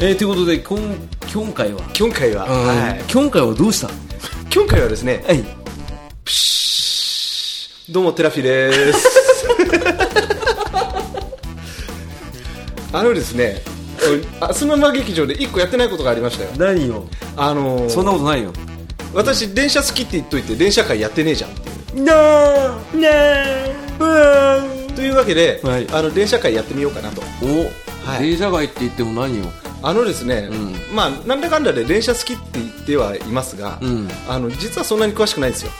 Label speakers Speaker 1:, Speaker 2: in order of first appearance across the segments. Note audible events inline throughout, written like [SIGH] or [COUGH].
Speaker 1: えー、ということでこん今回は、
Speaker 2: 今回は、はい、
Speaker 1: 今回はどうした
Speaker 2: 今回はですね、
Speaker 1: はい
Speaker 2: どうもテラフィですあのですねあスママ劇場で一個やってないことがありましたよ
Speaker 1: 何よ
Speaker 2: あのー
Speaker 1: そんなことないよ
Speaker 2: 私電車好きって言っといて電車会やってねえじゃんっていう
Speaker 1: なーなー
Speaker 2: というわけで、
Speaker 1: はい
Speaker 2: あの電車会やってみようかなと
Speaker 1: お、
Speaker 2: はい
Speaker 1: 電車街って言っても何よ
Speaker 2: あのですね、
Speaker 1: う
Speaker 2: まあなんだかんだで電車好きって言ってはいますが、
Speaker 1: うん
Speaker 2: あの実はそんなに詳しくないんですよ、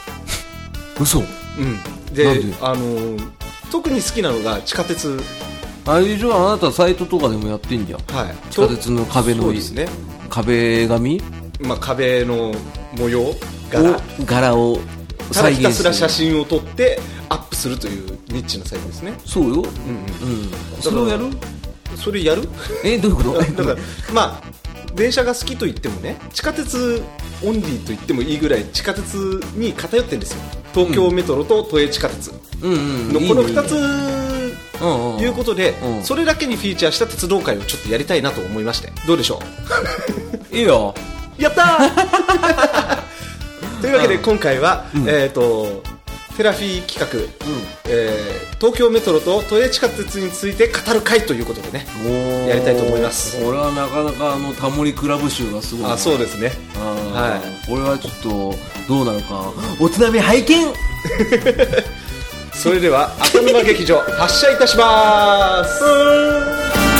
Speaker 1: 嘘
Speaker 2: うん、で
Speaker 1: なんで
Speaker 2: あのー特に好きなのが地下鉄
Speaker 1: あれ以上あなたサイトとかでもやってんじゃん
Speaker 2: はい、
Speaker 1: 地下鉄の壁の
Speaker 2: そうですね、
Speaker 1: 壁紙
Speaker 2: まあ、壁の模様柄
Speaker 1: を柄を
Speaker 2: ただ
Speaker 1: 再
Speaker 2: ひた
Speaker 1: 現
Speaker 2: す
Speaker 1: する
Speaker 2: ら写真を撮ってアップするというニッチなサイトですね、
Speaker 1: そうよ
Speaker 2: うんうん、
Speaker 1: うんそれをやる
Speaker 2: そ
Speaker 1: [LAUGHS]
Speaker 2: れやる
Speaker 1: えどういうこと
Speaker 2: だからまあ電車が好きと言ってもね地下鉄オンリーと言ってもいいぐらい地下鉄に偏ってるんですよ東京メトロと都営地下鉄
Speaker 1: [LAUGHS] うんうん
Speaker 2: のこの
Speaker 1: いい
Speaker 2: 2
Speaker 1: ね
Speaker 2: つ
Speaker 1: うんうん
Speaker 2: いうことで、
Speaker 1: うん
Speaker 2: それだけにフィーチャーした鉄道会をちょっとやりたいなと思いましてどうでしょ
Speaker 1: いいよ
Speaker 2: うやった [LAUGHS] ーというわけで今回は、えっ、とテラフィー企画、えー東京メトロと都営地下鉄について語る会ということでね
Speaker 1: や
Speaker 2: やりたいと思います
Speaker 1: 俺はなかなかあのタモリクラブ集がすごい
Speaker 2: あそうですね
Speaker 1: あー
Speaker 2: は
Speaker 1: 俺はちょっとどうなのかおつなみ拝見
Speaker 2: それでは浅沼劇 [LAUGHS] 場発車いたします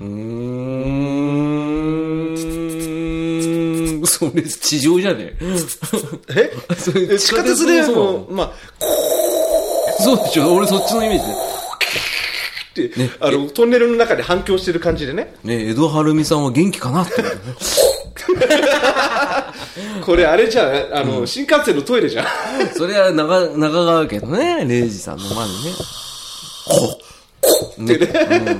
Speaker 1: うーんそれ地上じゃね
Speaker 2: [LAUGHS] え
Speaker 1: えそれ
Speaker 2: 地下鉄で
Speaker 1: そうな
Speaker 2: も
Speaker 1: の
Speaker 2: うまあ
Speaker 1: そうでしょ俺そっちのイメージ
Speaker 2: って、あのトンネルの中で反響してる感じでね
Speaker 1: でね江戸晴美さんは元気かな [LAUGHS] って
Speaker 2: これあれじゃんあの、新幹線のトイレじゃん
Speaker 1: それは長中川家のね礼二さんの前にね
Speaker 2: ってね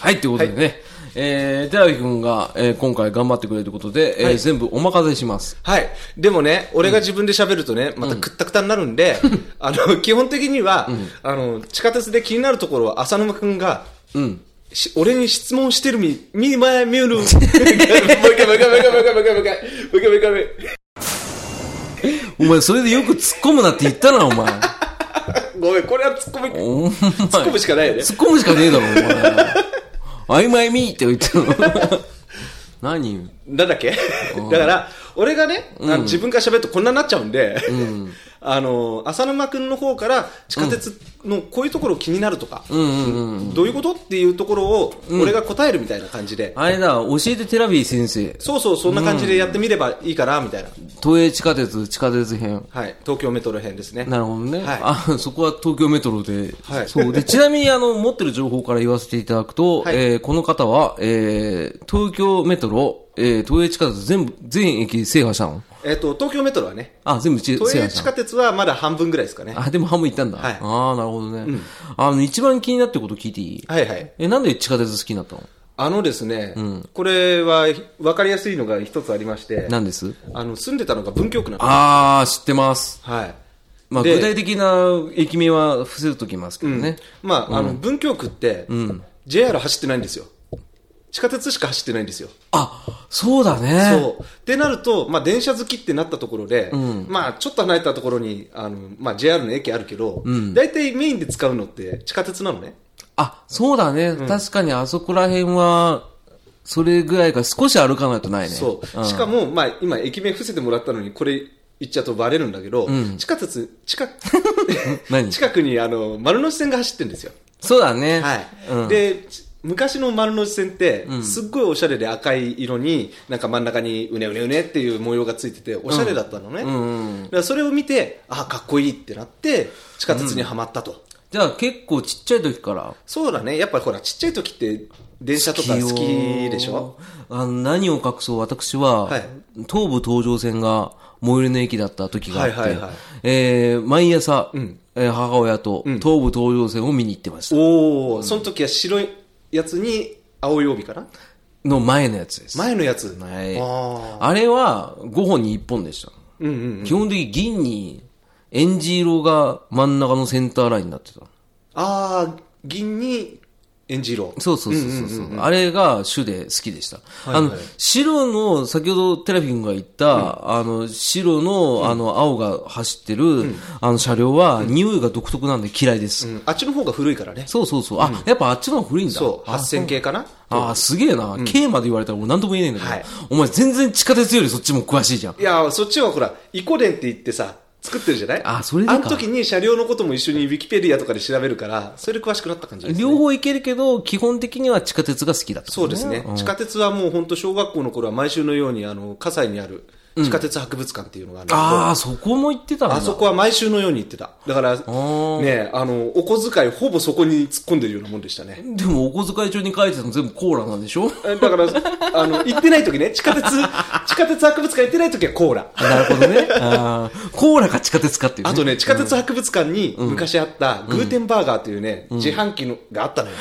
Speaker 1: はい、ということでね、えー、寺脇くんが、えー今回頑張ってくれるということで、えー全部お任せします。
Speaker 2: はい。でもね、俺が自分で喋るとね、またくったくたになるん
Speaker 1: [LAUGHS]
Speaker 2: で、あの、基本的には、あの、地下鉄で気になるところは浅沼くんが、
Speaker 1: うん。
Speaker 2: し俺に質問してるみ、みまやみ
Speaker 1: [LAUGHS]
Speaker 2: ゅる。もう一回、もう一回、もう一回、もう一回、もう一回、もう一回、もう一回、もう一回、もう一
Speaker 1: お前、それでよく突っ込むなって言ったな、お前。
Speaker 2: 回ごめん、これは突っ込み、
Speaker 1: お前。突っ
Speaker 2: 突っ込むしかないよね。
Speaker 1: 突っ込むしかねえだろ、お前。曖昧みーって言ってるの。何
Speaker 2: なんだっけだから、俺がね、あの自分が喋るとこんなになっちゃうんで、 [LAUGHS] あの、浅沼くんの方から地下鉄のこういうところ気になるとか、
Speaker 1: うんうんうん。
Speaker 2: どういうことっていうところを、俺が答えるみたいな感じで、
Speaker 1: あれだ、教えてテラビー先生。
Speaker 2: そうそう、そんな感じでやってみればいいかな、みたいな。
Speaker 1: 都営地下鉄、地下鉄編。
Speaker 2: はい。東京メトロ編ですね。
Speaker 1: なるほどね。
Speaker 2: はい
Speaker 1: あ、そこは東京メトロで。
Speaker 2: はい
Speaker 1: そう。で、ちなみに、あの、持ってる情報から言わせていただくと、
Speaker 2: はい
Speaker 1: えーこの方は、えー東京メトロ、えー東映地下鉄全部、全駅制覇したの
Speaker 2: えっ、と、東京メトロはね、
Speaker 1: あ、全部ち制
Speaker 2: 都営
Speaker 1: 覇し
Speaker 2: 地
Speaker 1: た
Speaker 2: 下
Speaker 1: の
Speaker 2: 鉄はまだ半分ぐらいですかね。
Speaker 1: あ、でも半分行ったんだ。
Speaker 2: はい
Speaker 1: ああ、なるほどね、あの、一番気になってること聞いていい
Speaker 2: はいはい。
Speaker 1: え、なんで地下鉄好きになったの
Speaker 2: あのですね、これは分かりやすいのが一つありまして、
Speaker 1: なんです
Speaker 2: あの、住んでたのが文京区なの。
Speaker 1: ああ、知ってます。
Speaker 2: はい。
Speaker 1: まあ、
Speaker 2: で
Speaker 1: 具体的な駅名は伏せときますけどね。
Speaker 2: まあ、あの、文京区って、JR 走ってないんですよ。地下鉄しか走ってないんですよ。
Speaker 1: あ、そうだね。
Speaker 2: そう。ってなると、まあ、電車好きってなったところで、まあ、ちょっと離れたところに、あの、まあ、JR の駅あるけど、大体メインで使うのって地下鉄なのね。
Speaker 1: あ、そうだね。確かにあそこら辺は、それぐらいか少し歩かないとないね。
Speaker 2: そう。
Speaker 1: ん
Speaker 2: しかも、まあ、今、駅名伏せてもらったのに、これ言っちゃうとバレるんだけど、地下鉄、 [LAUGHS] 近く、
Speaker 1: 何
Speaker 2: [LAUGHS] 近くに、あの、丸ノ内線が走ってるんですよ。
Speaker 1: そうだね。
Speaker 2: はい。
Speaker 1: うん、
Speaker 2: で、ち昔の丸ノ内線って、すっごいおしゃれで赤い色に、なんか真ん中にうねうねうねっていう模様がついてて、おしゃれだったのね。だからそれを見て、あ、かっこいいってなって、地下鉄にはまったと。
Speaker 1: じゃあ結構ちっちゃい時から。
Speaker 2: そうだね。やっぱほら、ちっちゃい時って、電車とか好きでしょ
Speaker 1: あの何を隠そう、私は、
Speaker 2: はい
Speaker 1: 東武東上線が最寄りの駅だった時があって、
Speaker 2: はいはいはい
Speaker 1: えー毎朝、えー母親と東武東上線を見に行ってました。
Speaker 2: おお、その時は白いやつに、青い帯かな
Speaker 1: の前のやつです。
Speaker 2: 前のやつ。
Speaker 1: はい。
Speaker 2: あ
Speaker 1: あれは5本に1本でした。
Speaker 2: うんうん。
Speaker 1: 基本的に銀に、エンジ色が真ん中のセンターラインになってた。
Speaker 2: ああ、銀に、エンジ色。
Speaker 1: そうそうそうそう,、あれが主で好きでした。あの、白の、先ほどテラフィンが言った、あの、白の、あの、青が走ってる、あの車両は、匂いが独特なんで嫌いです。
Speaker 2: うんあっちの方が古いからね。
Speaker 1: そうそうそう。あ、やっぱあっちの方が古いんだ。
Speaker 2: そう、8000系かな
Speaker 1: ああ、すげえな。K まで言われたら俺何とも言えないんだけど、
Speaker 2: はい
Speaker 1: お前全然地下鉄よりそっちも詳しいじゃん。
Speaker 2: いや、そっちはほら、イコデンって言ってさ、作ってるじゃない
Speaker 1: あそれでか
Speaker 2: あの時に車両のことも一緒にウィキペディアとかで調べるから、それで詳しくなった感じです、ね。
Speaker 1: 両方行けるけど、基本的には地下鉄が好きだと、
Speaker 2: そうですね。地下鉄はもう本当小学校の頃は毎週のように、あの、葛西にある地下鉄博物館っていうのがあるんだけど、
Speaker 1: ああ、そこも行ってたんだ。
Speaker 2: あそこは毎週のように行ってた。だから、
Speaker 1: ー
Speaker 2: ね、あの、お小遣いほぼそこに突っ込んでるようなもんでしたね。
Speaker 1: でもお小遣い帳に書いてたの全部コーラなんでしょ
Speaker 2: えだから、あの、行ってない時ね、地下鉄、地下鉄博物館行ってない時はコーラ。
Speaker 1: なるほどね。あーコーラか地下鉄かっていう、ね。
Speaker 2: あとね、地下鉄博物館に昔あったグーテンバーガーというね、自販機のがあったのよ。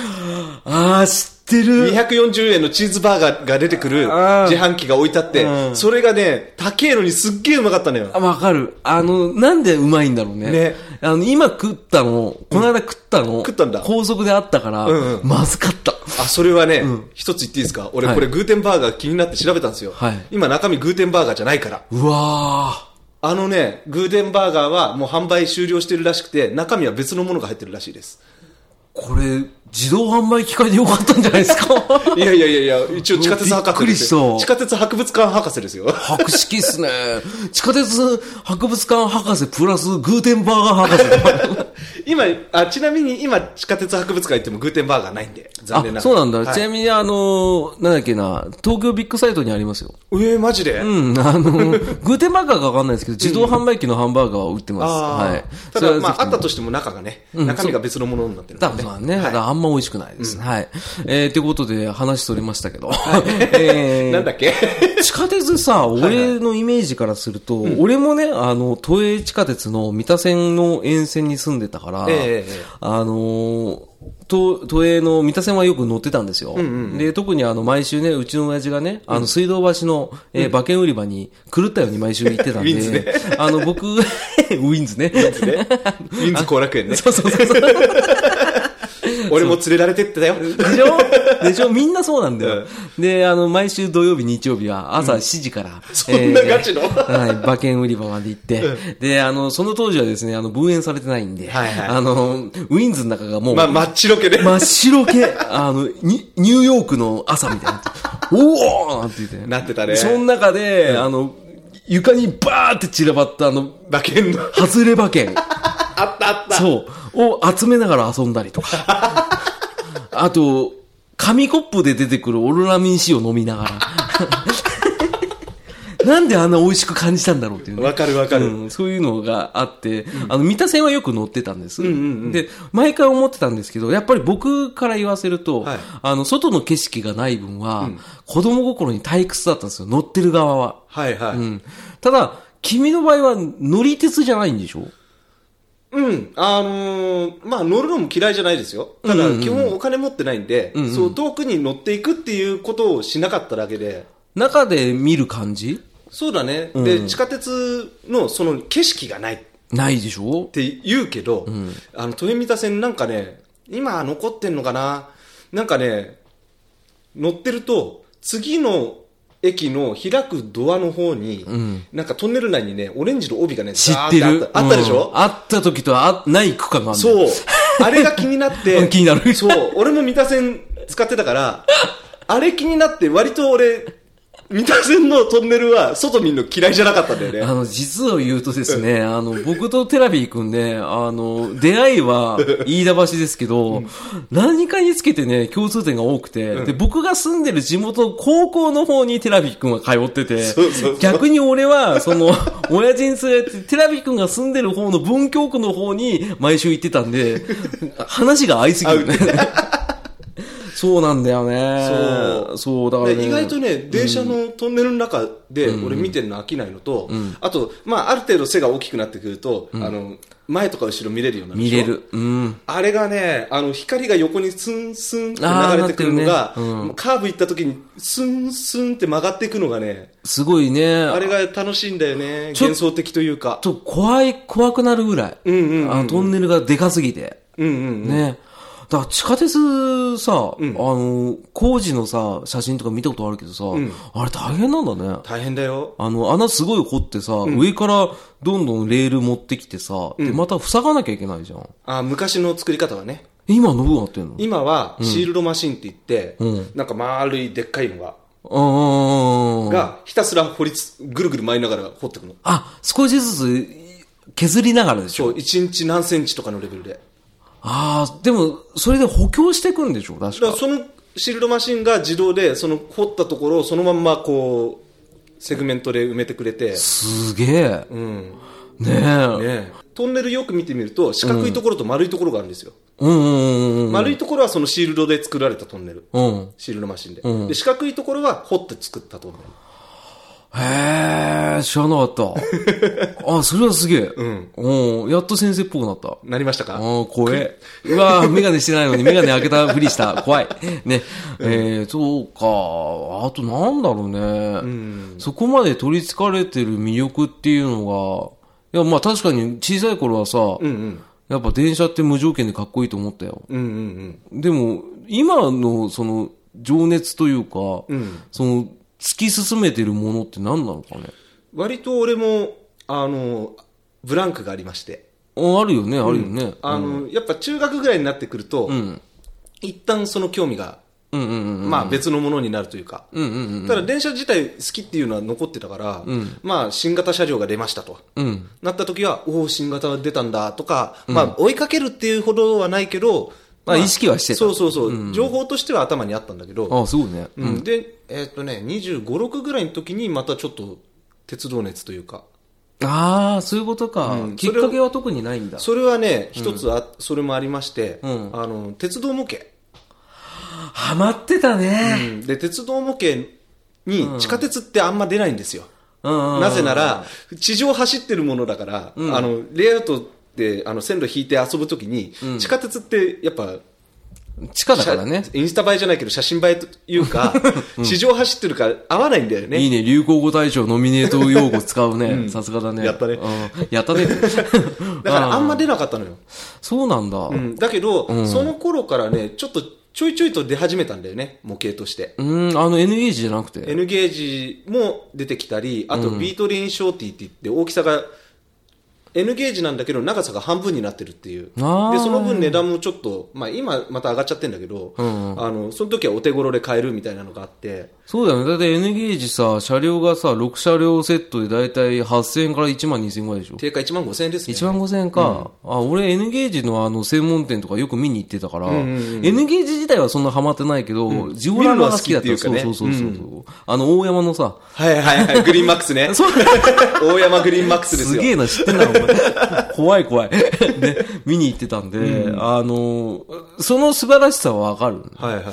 Speaker 1: ああ、知ってる。
Speaker 2: 240円のチーズバーガーが出てくる
Speaker 1: あー
Speaker 2: 自販機が置いてあって、それがね、高えのにすっげえうまかったのよ。
Speaker 1: あわかる。あの、なんでうまいんだろうね。
Speaker 2: ね
Speaker 1: あの、今食ったの、この間食ったの、
Speaker 2: 食ったんだ
Speaker 1: 高速であったから、
Speaker 2: んう
Speaker 1: まずかった。
Speaker 2: あ、それはね、一つ言っていいですか俺
Speaker 1: はい
Speaker 2: これグーテンバーガー気になって調べたんですよ
Speaker 1: はい。
Speaker 2: 今中身グーテンバーガーじゃないから。
Speaker 1: うわ
Speaker 2: あのね、グーテンバーガーはもう販売終了してるらしくて、中身は別のものが入ってるらしいです。
Speaker 1: [LAUGHS] ーこれ、自動販売機械でよかったんじゃないですか
Speaker 2: [LAUGHS] いやいやいやいや、一応地下鉄博士ですよ
Speaker 1: びっくりした
Speaker 2: 地下鉄博物館博士ですよ。
Speaker 1: 博識っすね。地下鉄博物館博士プラスグーテンバーガー
Speaker 2: [LAUGHS]
Speaker 1: 博士。
Speaker 2: 今あ、ちなみに今、地下鉄博物館行ってもグーテンバーガーないんで、残念な
Speaker 1: あ、
Speaker 2: が
Speaker 1: そう
Speaker 2: ら。
Speaker 1: なんだ。
Speaker 2: はい
Speaker 1: ちなみに、あのーなんだっけな、東京ビッグサイトにありますよ。
Speaker 2: えー、マジで、
Speaker 1: うん、あのーグーテンバーガーかわかんないですけど、自動販売機のハンバーガーは売ってます。
Speaker 2: あー
Speaker 1: はい。
Speaker 2: た
Speaker 1: それ
Speaker 2: だ、
Speaker 1: は
Speaker 2: まあ、あ
Speaker 1: ぜ
Speaker 2: っ
Speaker 1: ひ
Speaker 2: たとしても中がね、中身が別のものになってる
Speaker 1: だ
Speaker 2: ので、
Speaker 1: からね、
Speaker 2: はい
Speaker 1: だからあんま美味しくないです。はい。えー、ということで、話それましたけど。 [LAUGHS] えー
Speaker 2: なんだ
Speaker 1: [LAUGHS]
Speaker 2: っけ
Speaker 1: 地下鉄さ、俺のイメージからすると、俺もね、あの、都営地下鉄の三田線の沿線に住んでたから、
Speaker 2: ええええ
Speaker 1: あのー都都営の三田線はよく乗ってたんですよ。で、特にあの、毎週ね、うちの親父がね、あの、水道橋の、えー馬券売り場に狂ったように毎週行ってたんで、
Speaker 2: ウィンズね
Speaker 1: あの、僕、 [LAUGHS] ウィンズね。
Speaker 2: ねウィンズ後楽園ね。
Speaker 1: そうそうそうそう。
Speaker 2: 俺も連れられてってたよ。
Speaker 1: でしょでしょ [LAUGHS] みんなそうなんだよ。で、あの、毎週土曜日、日曜日は朝7時から。
Speaker 2: [LAUGHS] そんなガチの
Speaker 1: はい、馬券売り場まで行って。で、あの、その当時はですね、あの、分園されてないんで、
Speaker 2: はいはい
Speaker 1: あの、ウィンズの中がもう、
Speaker 2: まあ、マッチロケね。
Speaker 1: 真っ白系、あの、にニューヨークの朝みたい
Speaker 2: [LAUGHS]
Speaker 1: な。おおなんて言って。
Speaker 2: なってたね
Speaker 1: その中で、あの、床にバーって散らばった、あの、
Speaker 2: 馬券の。
Speaker 1: 外れ馬券。
Speaker 2: あったあった。
Speaker 1: そう。を集めながら遊んだりとか。
Speaker 2: [LAUGHS]
Speaker 1: あと、紙コップで出てくるオロラミン C を飲みなが
Speaker 2: [LAUGHS]
Speaker 1: ら。なんであんな美味しく感じたんだろうっていうね。
Speaker 2: わかるわかる
Speaker 1: うんそういうのがあって、あの、三田線はよく乗ってたんです。で、毎回思ってたんですけど、やっぱり僕から言わせると、
Speaker 2: はい
Speaker 1: あの、外の景色がない分は、子供心に退屈だったんですよ、乗ってる側は。
Speaker 2: はいはい。
Speaker 1: うん。ただ、君の場合は乗り鉄じゃないんでしょ
Speaker 2: うん、あのーまあ乗るのも嫌いじゃないですよ。ただ、基本お金持ってないんで、そう、遠くに乗っていくっていうことをしなかっただけで、
Speaker 1: 中で見る感じ
Speaker 2: そうだね。で、地下鉄のその景色がないっ
Speaker 1: ないでしょ
Speaker 2: て言うけど、あの、豊見田線なんかね、今残ってんのかななんかね、乗ってると、次の駅の開くドアの方に、なんかトンネル内にね、オレンジの帯がね、
Speaker 1: 知っ
Speaker 2: ザ
Speaker 1: て
Speaker 2: ー
Speaker 1: る
Speaker 2: あったあったでしょ、
Speaker 1: うんあった時とあない区間がある
Speaker 2: そう。あれが気になっ
Speaker 1: う
Speaker 2: て。
Speaker 1: ん気になる
Speaker 2: そう。俺も三田線使ってたから、あれ気になって、割と俺、三田線のトンネルは外見るの嫌いじゃなかったんだよ
Speaker 1: あ
Speaker 2: ね。
Speaker 1: の、実を言うとですね、あの、僕とテラビーくんね、あの、出会いは、飯田橋ですけど、何かにつけてね、共通点が多くて、で、僕が住んでる地元の高校の方にテラビーくんは通ってて、
Speaker 2: そうそうそう
Speaker 1: 逆に俺は、その、 [LAUGHS] 親父に連れて、テラビーくんが住んでる方の文京区の方に毎週行ってたんで、話が合いすぎるね。 [LAUGHS] そうなんだよね。
Speaker 2: そう
Speaker 1: そう、だから、
Speaker 2: で
Speaker 1: ね。
Speaker 2: 意外とね、電車のトンネルの中で俺見てるの飽きないのと、あと、まあ、ある程度背が大きくなってくると、あの、前とか後ろ見れるようになるで
Speaker 1: 見
Speaker 2: しょ
Speaker 1: れ。る。うん。
Speaker 2: あれがね、あの、光が横にスンスンって
Speaker 1: あー
Speaker 2: 流れてくる
Speaker 1: な
Speaker 2: の
Speaker 1: っ
Speaker 2: が、
Speaker 1: てるね
Speaker 2: カーブ行った時にスンスンって曲がっていくのがね、
Speaker 1: すごいね。
Speaker 2: あれが楽しいんだよね。
Speaker 1: ちょ
Speaker 2: 幻想的というか。
Speaker 1: ちょっと怖い、怖くなるぐらい。
Speaker 2: んうんうんうん
Speaker 1: あの、トンネルがでかすぎて。
Speaker 2: うんうん。
Speaker 1: ね。だから地下鉄さ、あの、工事のさ、写真とか見たことあるけどさ、あれ大変なんだね。
Speaker 2: 大変だよ。
Speaker 1: あの、穴すごい掘ってさ、上からどんどんレール持ってきてさ、で、また塞がなきゃいけないじゃん。
Speaker 2: あ昔の作り方はね。
Speaker 1: 今のどうなってんの
Speaker 2: 今はシールドマシンって言って、なんか丸いでっかいのが、
Speaker 1: うん。
Speaker 2: がひたすら掘りつ、ぐるぐる回りながら掘ってくの。
Speaker 1: あ、少しずつ削りながらでしょ。
Speaker 2: そう、1日何センチとかのレベルで。
Speaker 1: ああ、でも、それで補強していくんでしょ確
Speaker 2: だから
Speaker 1: か。
Speaker 2: そのシールドマシンが自動で、その掘ったところをそのまんまこう、セグメントで埋めてくれて、
Speaker 1: すげえ。
Speaker 2: うん。ね
Speaker 1: ねえ。
Speaker 2: えトンネルよく見てみると、四角いところと丸いところがあるんですよ。
Speaker 1: うんうんうん
Speaker 2: 丸いところはそのシールドで作られたトンネル。
Speaker 1: うん。うん。
Speaker 2: シールドマシンで。で、四角いところは掘って作ったトンネル。
Speaker 1: へえ、知らなかった。あ、それはすげえ。うん。うん。やっと先生っぽくなった。
Speaker 2: なりましたか
Speaker 1: あー怖え。うわーメガネしてないのにメガネ開けたふりした。怖い。ね。えー、そうか。あとなんだろうね。そこまで取り憑かれてる魅力っていうのが、いや、まあ確かに小さい頃はさ、
Speaker 2: うんうん。
Speaker 1: やっぱ電車って無条件でかっこいいと思ったよ。
Speaker 2: うんうん
Speaker 1: でも、今のその情熱というか、その突き進めてるものって何なのかね。
Speaker 2: うん。割と俺も、あの、ブランクがありまして。
Speaker 1: ああるよね、あるよね。
Speaker 2: あの、やっぱ中学ぐらいになってくると、一旦その興味が、
Speaker 1: うんうんうん。
Speaker 2: まあ別のものになるというか。
Speaker 1: うんうん
Speaker 2: ただ電車自体好きっていうのは残ってたから、まあ新型車両が出ましたと。
Speaker 1: うん。
Speaker 2: なった時は、おお、新型が出たんだとか、まあ追いかけるっていうほどはないけど、
Speaker 1: まあ意識はしてた
Speaker 2: そうそうそう、情報としては頭にあったんだけど、
Speaker 1: ああ、すごいね。
Speaker 2: うん、で、えーっとね、25、6ぐらいの時にまたちょっと鉄道熱というか、
Speaker 1: ああ、そういうことか、
Speaker 2: うん
Speaker 1: きっかけは特にないんだ。
Speaker 2: それはね、一つあ、それもありまして、
Speaker 1: ん
Speaker 2: あの、鉄道模型、
Speaker 1: ハマってたね。
Speaker 2: で、鉄道模型に地下鉄ってあんま出ないんですよ。
Speaker 1: うん。
Speaker 2: なぜなら、地上走ってるものだから、あの、レイアウトで、あの、線路引いて遊ぶときに、地下鉄ってやっぱ、
Speaker 1: 地下だからね。
Speaker 2: インスタ映えじゃないけど写真映えとい
Speaker 1: [LAUGHS]
Speaker 2: うか、地上走ってるから合わないんだよね。
Speaker 1: いいね、流行語大賞ノミネート用語使うね。さすがだね。
Speaker 2: やったね
Speaker 1: うん。やったね。
Speaker 2: [LAUGHS] だからあんま出なかったのよ。
Speaker 1: そうなんだ。う。
Speaker 2: うんん、だけど、その頃からね、ちょっとちょいちょいと出始めたんだよね、模型として。
Speaker 1: あの NH じゃなくて。
Speaker 2: N ゲージも出てきたり、あとビートリンショーティーって言って大きさが、N ゲージなんだけど長さが半分になってるっていう。で、
Speaker 1: あー
Speaker 2: その分値段もちょっと、まあ今また上がっちゃってんだけど、あの、その時はお手頃で買えるみたいなのがあって、
Speaker 1: そうだよね。だって N ゲージさ、車両がさ、6車両セットでだいたい8000円から1万2000円ぐらいでしょ
Speaker 2: 定価1万5000円ですね。
Speaker 1: 1万5000円か。あ、俺 N ゲージのあの専門店とかよく見に行ってたから、N ゲージ自体はそんなハマってないけど、ジオラマが好きだったそ
Speaker 2: 見るのは好きっていうか
Speaker 1: う
Speaker 2: ね
Speaker 1: そうそうそう。あの大山のさ、
Speaker 2: はいはいはい、グリーンマックスね。
Speaker 1: [LAUGHS] そう
Speaker 2: [LAUGHS] 大山グリーンマックスです
Speaker 1: す
Speaker 2: よ。
Speaker 1: げえな、知ってんな、お前。 [LAUGHS] 怖い怖い。ね、見に行ってたんで、あの、その素晴らしさはわかる。
Speaker 2: はいはい。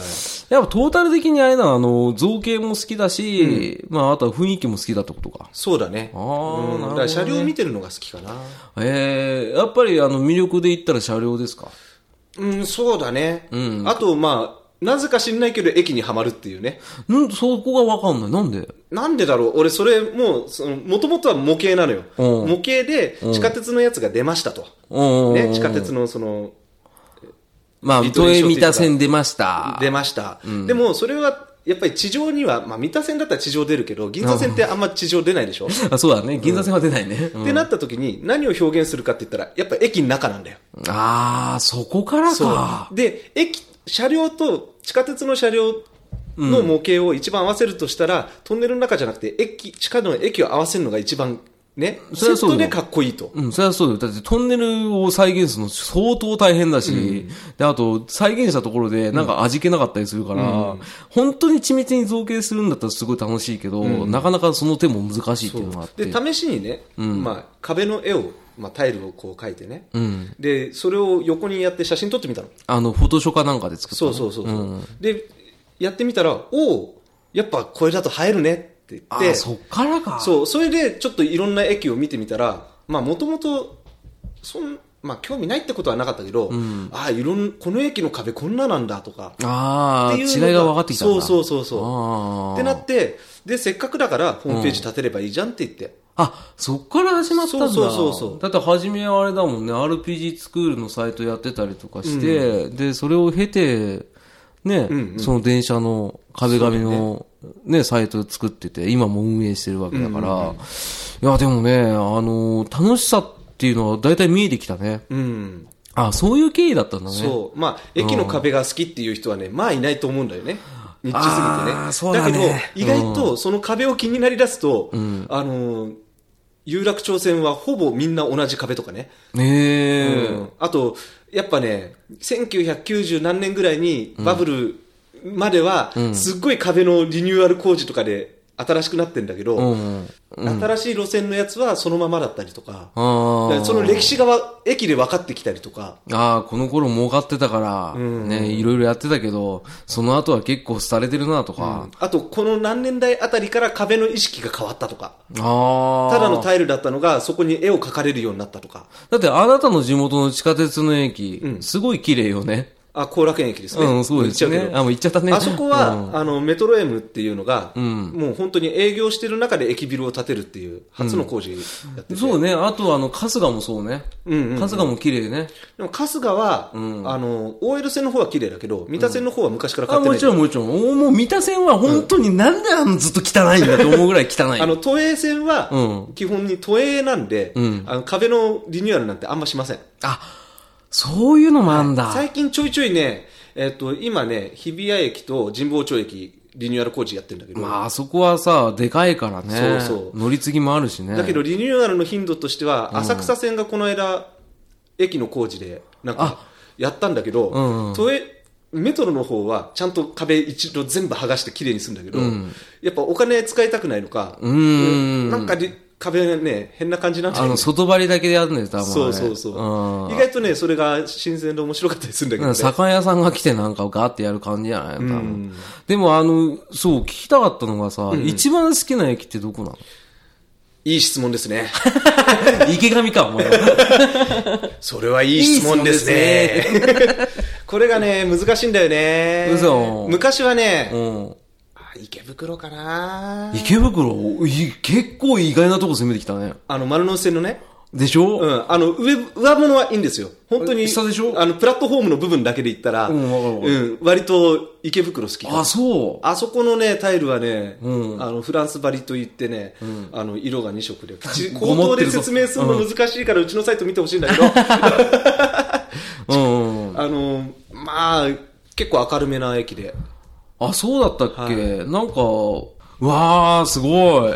Speaker 1: やっぱトータル的にあれな、あの、造形も好きだし、まああとは雰囲気も好きだってことか。
Speaker 2: そうだね。
Speaker 1: あー
Speaker 2: うん
Speaker 1: なるほどね
Speaker 2: だから車両見てるのが好きかな。
Speaker 1: ええやっぱりあの魅力で言ったら車両ですか
Speaker 2: うん、そうだね。あと、まあ、なぜか知んないけど駅にはまるっていうね。
Speaker 1: んそこがわかんない。なんで
Speaker 2: なんでだろう俺、それ、もう、その、もともとは模型なのよ。
Speaker 1: うん
Speaker 2: 模型で、地下鉄のやつが出ましたと。
Speaker 1: うん
Speaker 2: ね、地下鉄の、その、
Speaker 1: まあ、
Speaker 2: リトル
Speaker 1: 都
Speaker 2: ショー
Speaker 1: 営三田線出ました。
Speaker 2: 出ました。でも、それは、やっぱり地上には、まあ、三田線だったら地上出るけど、銀座線ってあんま地上出ないでしょ
Speaker 1: あそうだね。銀座線は出ないね。うん
Speaker 2: ってなった時に、何を表現するかって言ったら、やっぱ駅の中なんだよ。
Speaker 1: ああ、そこからか。
Speaker 2: そう。で、駅、車両と、地下鉄の車両の模型を一番合わせるとしたら、トンネルの中じゃなくて、駅、地下の駅を合わせるのが一番、ね、
Speaker 1: そり
Speaker 2: セ
Speaker 1: ゃ
Speaker 2: ッ
Speaker 1: そうだ
Speaker 2: トでかっこいいと。
Speaker 1: うん、それはそうだよ。だってトンネルを再現するの相当大変だし、で、あと、再現したところでなんか味気なかったりするから、本当に緻密に造形するんだったらすごい楽しいけど、なかなかその手も難しいっていうのがあって。
Speaker 2: で、試しにね、まあ、壁の絵をまあ、タイルをこう描いてね、
Speaker 1: うん。
Speaker 2: でそれを横にやって写真撮ってみたの
Speaker 1: あの、フォトショーかなんかで作った
Speaker 2: そ
Speaker 1: の。
Speaker 2: うそうそうそう、
Speaker 1: ん
Speaker 2: でやってみたらおおやっぱこれだと映えるねって言
Speaker 1: あ
Speaker 2: って
Speaker 1: ー、そっからか。う。
Speaker 2: そう、それでちょっといろんな駅を見てみたら、まあもともと、そん、まあ興味ないってことはなかったけど、ああ、いろん、この駅の壁こんななんだとか、
Speaker 1: ああ、
Speaker 2: って
Speaker 1: 違
Speaker 2: いう
Speaker 1: い
Speaker 2: のが
Speaker 1: が分かってきたんだ。
Speaker 2: そうそうそうそう
Speaker 1: ああ。
Speaker 2: ってなって、で、せっかくだからホームページ立てればいいじゃんって言って。
Speaker 1: あ、そっから始まったんだ。
Speaker 2: そうそうそうそう
Speaker 1: だって初めはあれだもんね、RPG スクールのサイトやってたりとかして、で、それを経て、ね、
Speaker 2: んうん
Speaker 1: その電車の壁紙のね、サイトを作ってて、今も運営してるわけだから、いや、でもね、あの、楽しさっていうのは大体見えてきたね。
Speaker 2: うん。
Speaker 1: あ、そういう経緯だったんだね。
Speaker 2: そう。まあ、駅の壁が好きっていう人はね、まあいないと思うんだよね。ニッチすぎて
Speaker 1: あー
Speaker 2: ね。
Speaker 1: そうだね
Speaker 2: けど、意外とその壁を気になりだすと、あのー、有楽町線はほぼみんな同じ壁とかね。
Speaker 1: ねえ、
Speaker 2: あと、やっぱね、1990何年ぐらいにバブルまでは、すっごい壁のリニューアル工事とかで新しくなってんだけど、
Speaker 1: うん。
Speaker 2: 新しい路線のやつはそのままだったりとか、だ
Speaker 1: あ
Speaker 2: か
Speaker 1: あ
Speaker 2: ら。その歴史がわ駅で分かってきたりとか、
Speaker 1: ああ、この頃儲かってたから、ね、いろいろやってたけど、その後は結構廃れてるなとか。
Speaker 2: あとこの何年代あたりから壁の意識が変わったとか、
Speaker 1: ああ。
Speaker 2: ただのタイルだったのがそこに絵を描かれるようになったとか、
Speaker 1: だってあなたの地元の地下鉄の駅、すごい綺麗よね。
Speaker 2: あ、後楽園駅ですね。
Speaker 1: うん、そうです
Speaker 2: 言っちゃう
Speaker 1: ね
Speaker 2: け。ど
Speaker 1: あ、もう行っちゃったね。
Speaker 2: あそこ
Speaker 1: うん、
Speaker 2: は、あの、メトロエムっていうのが、もう本当に営業してる中で駅ビルを建てるっていう、初の工事やってて、
Speaker 1: そうね。あとあの、春日もそうね。
Speaker 2: うんうん
Speaker 1: 春日も綺麗ね。
Speaker 2: でも春日は、あの、OL 線の方は綺麗だけど、三田線の方は昔から
Speaker 1: あ、
Speaker 2: 買って
Speaker 1: も
Speaker 2: ない。
Speaker 1: ちろんもちろん。おもう三田線は本当になんであのずっと汚いんだと思うぐらい汚い。
Speaker 2: [LAUGHS] あの、都営線は
Speaker 1: う、
Speaker 2: 基本に都営なんで、あの壁のリニューアルなんてあんましません。
Speaker 1: あ、そういうのもあんだ。
Speaker 2: 最近ちょいちょいね、えっと、今ね、日比谷駅と神保町駅、リニューアル工事やってるんだけど、
Speaker 1: まあ、あそこはさ、でかいからね。
Speaker 2: そうそう
Speaker 1: 乗り継ぎもあるしね。
Speaker 2: だけどリニューアルの頻度としては、浅草線がこの間、駅の工事で、なんか、やったんだけど、
Speaker 1: ん
Speaker 2: 都営メトロの方は、ちゃんと壁一度全部剥がして綺麗にするんだけど、やっぱお金使いたくないのか、
Speaker 1: うーん。
Speaker 2: なんかり壁がね、変な感じなんだ
Speaker 1: あ
Speaker 2: よね
Speaker 1: の、外張りだけでやるんだよ、多分あれ。
Speaker 2: そうそうそう。
Speaker 1: ん
Speaker 2: 意外とね、それが新鮮で面白かったりするんだけど
Speaker 1: なんか
Speaker 2: ね。
Speaker 1: 酒屋さんが来てなんかガーってやる感じじゃないの多分。でもあの、そう、聞きたかったのがさ、一番好きな駅ってどこなの [LAUGHS]
Speaker 2: いい質問ですね。
Speaker 1: 池上か、お前は。
Speaker 2: それはいい質問です
Speaker 1: いい
Speaker 2: ね。これがね、難しいんだよね。
Speaker 1: 嘘
Speaker 2: 昔はね、
Speaker 1: うん。
Speaker 2: あ池袋かな
Speaker 1: 池袋、い結構意外なとこ攻めてきたね。
Speaker 2: あの、丸の内線のね、
Speaker 1: でしょ、
Speaker 2: うん、あの、上、上物はいいんですよ。本当に、
Speaker 1: 下でしょ
Speaker 2: あの、プラットフォームの部分だけで言ったら、
Speaker 1: うんわかるわか
Speaker 2: うん割と池袋好き
Speaker 1: あ、そう。
Speaker 2: あそこのね、タイルはね、あの、フランス張りといってね、あの、色が2色
Speaker 1: [LAUGHS]
Speaker 2: で、口口
Speaker 1: ごも
Speaker 2: 頭
Speaker 1: ってる
Speaker 2: で
Speaker 1: ぞ
Speaker 2: 説明するの難しいから、うちのサイト見てほしいんだ
Speaker 1: [LAUGHS]
Speaker 2: けど、
Speaker 1: うんうん。
Speaker 2: あの、まあ、結構明るめな駅で。
Speaker 1: あ、そうだったっけ、なんか、わー、すごい。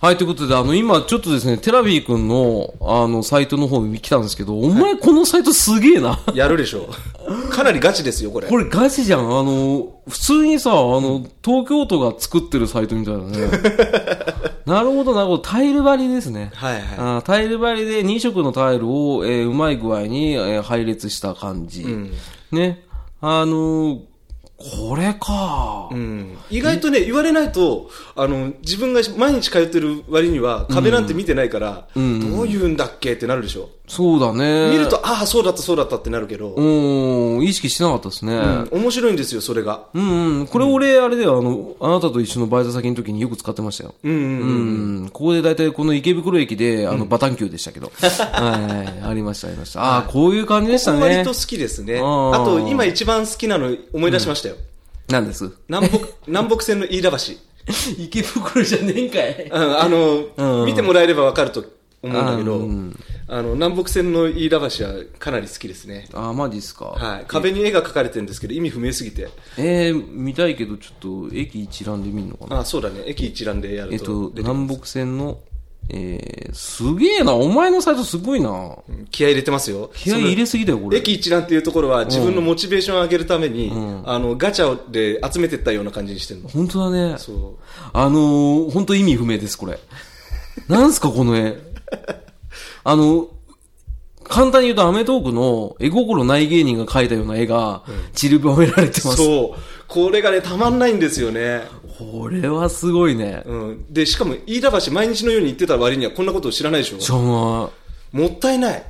Speaker 1: はい、ということで、あの、今、ちょっとですね、テラビー君の、あの、サイトの方に来たんですけど、お前、このサイトすげえな。
Speaker 2: やるでしょ。かなりガチですよ、これ。
Speaker 1: これガチじゃん。あの、普通にさ、あの、東京都が作ってるサイトみたいだね。
Speaker 2: [LAUGHS]
Speaker 1: なるほど、なるほど。タイル張りですね。
Speaker 2: はいはい
Speaker 1: あータイル張りで2色のタイルを、えーうまい具合に、えー配列した感じ。ね。あのーこれか、
Speaker 2: うん意外とね、言われないと、あの、自分が毎日通ってる割には、壁なんて見てないから、どういうんだっけってなるでしょ。
Speaker 1: そうだね。
Speaker 2: 見ると、ああ、そうだった、そうだったってなるけど、
Speaker 1: うん、意識してなかったですね。
Speaker 2: うん面白いんですよ、それが。
Speaker 1: うん、うん、これ俺、あれだよ、あの、あなたと一緒のバイト先の時によく使ってましたよ。
Speaker 2: うんうん
Speaker 1: うん、ここで大体この池袋駅で、あの、バタンキューでした [LAUGHS] けど。はいはい、ありました、ありました。ああー、こういう感じでしたね。
Speaker 2: 割と好きですね。あ
Speaker 1: ー
Speaker 2: と、今一番好きなの思い出しましたよ。
Speaker 1: なんです
Speaker 2: 南北、南北線の飯田橋。
Speaker 1: [LAUGHS] 池袋じゃねえんかい。
Speaker 2: うんあの、見てもらえればわかると思うんだけ
Speaker 1: う
Speaker 2: ど
Speaker 1: ん、
Speaker 2: あの、南北線の飯田橋はかなり好きですね。
Speaker 1: あー、マジっすか。
Speaker 2: はい。壁に絵が描かれてるんですけど、意味不明すぎて。
Speaker 1: えー、見たいけど、ちょっと、駅一覧で見るのかな。
Speaker 2: あ、そうだね。駅一覧でや
Speaker 1: え
Speaker 2: る
Speaker 1: っと
Speaker 2: と、。で
Speaker 1: 南北線の、えー、すげえな、お前のサイトすごいな。
Speaker 2: 気合い入れてますよ。
Speaker 1: 気合い入れすぎだよ、こ
Speaker 2: そ
Speaker 1: れ
Speaker 2: の。駅一覧っていうところは自分のモチベーションを上げるために、あの、ガチャで集めてったような感じにしてるの。
Speaker 1: 本当だね。
Speaker 2: そう。
Speaker 1: あのー、本当意味不明です、これ。なんすか、この絵。あの、簡単に言うと、アメトーークの絵心ない芸人が描いたような絵が散りばめられてます。
Speaker 2: そう。これがね、たまんないんですよね。
Speaker 1: これはすごいね。
Speaker 2: うん。で、しかも、飯田橋毎日のように言ってた割にはこんなことを知らないでしょ
Speaker 1: しょうもな
Speaker 2: もったいない。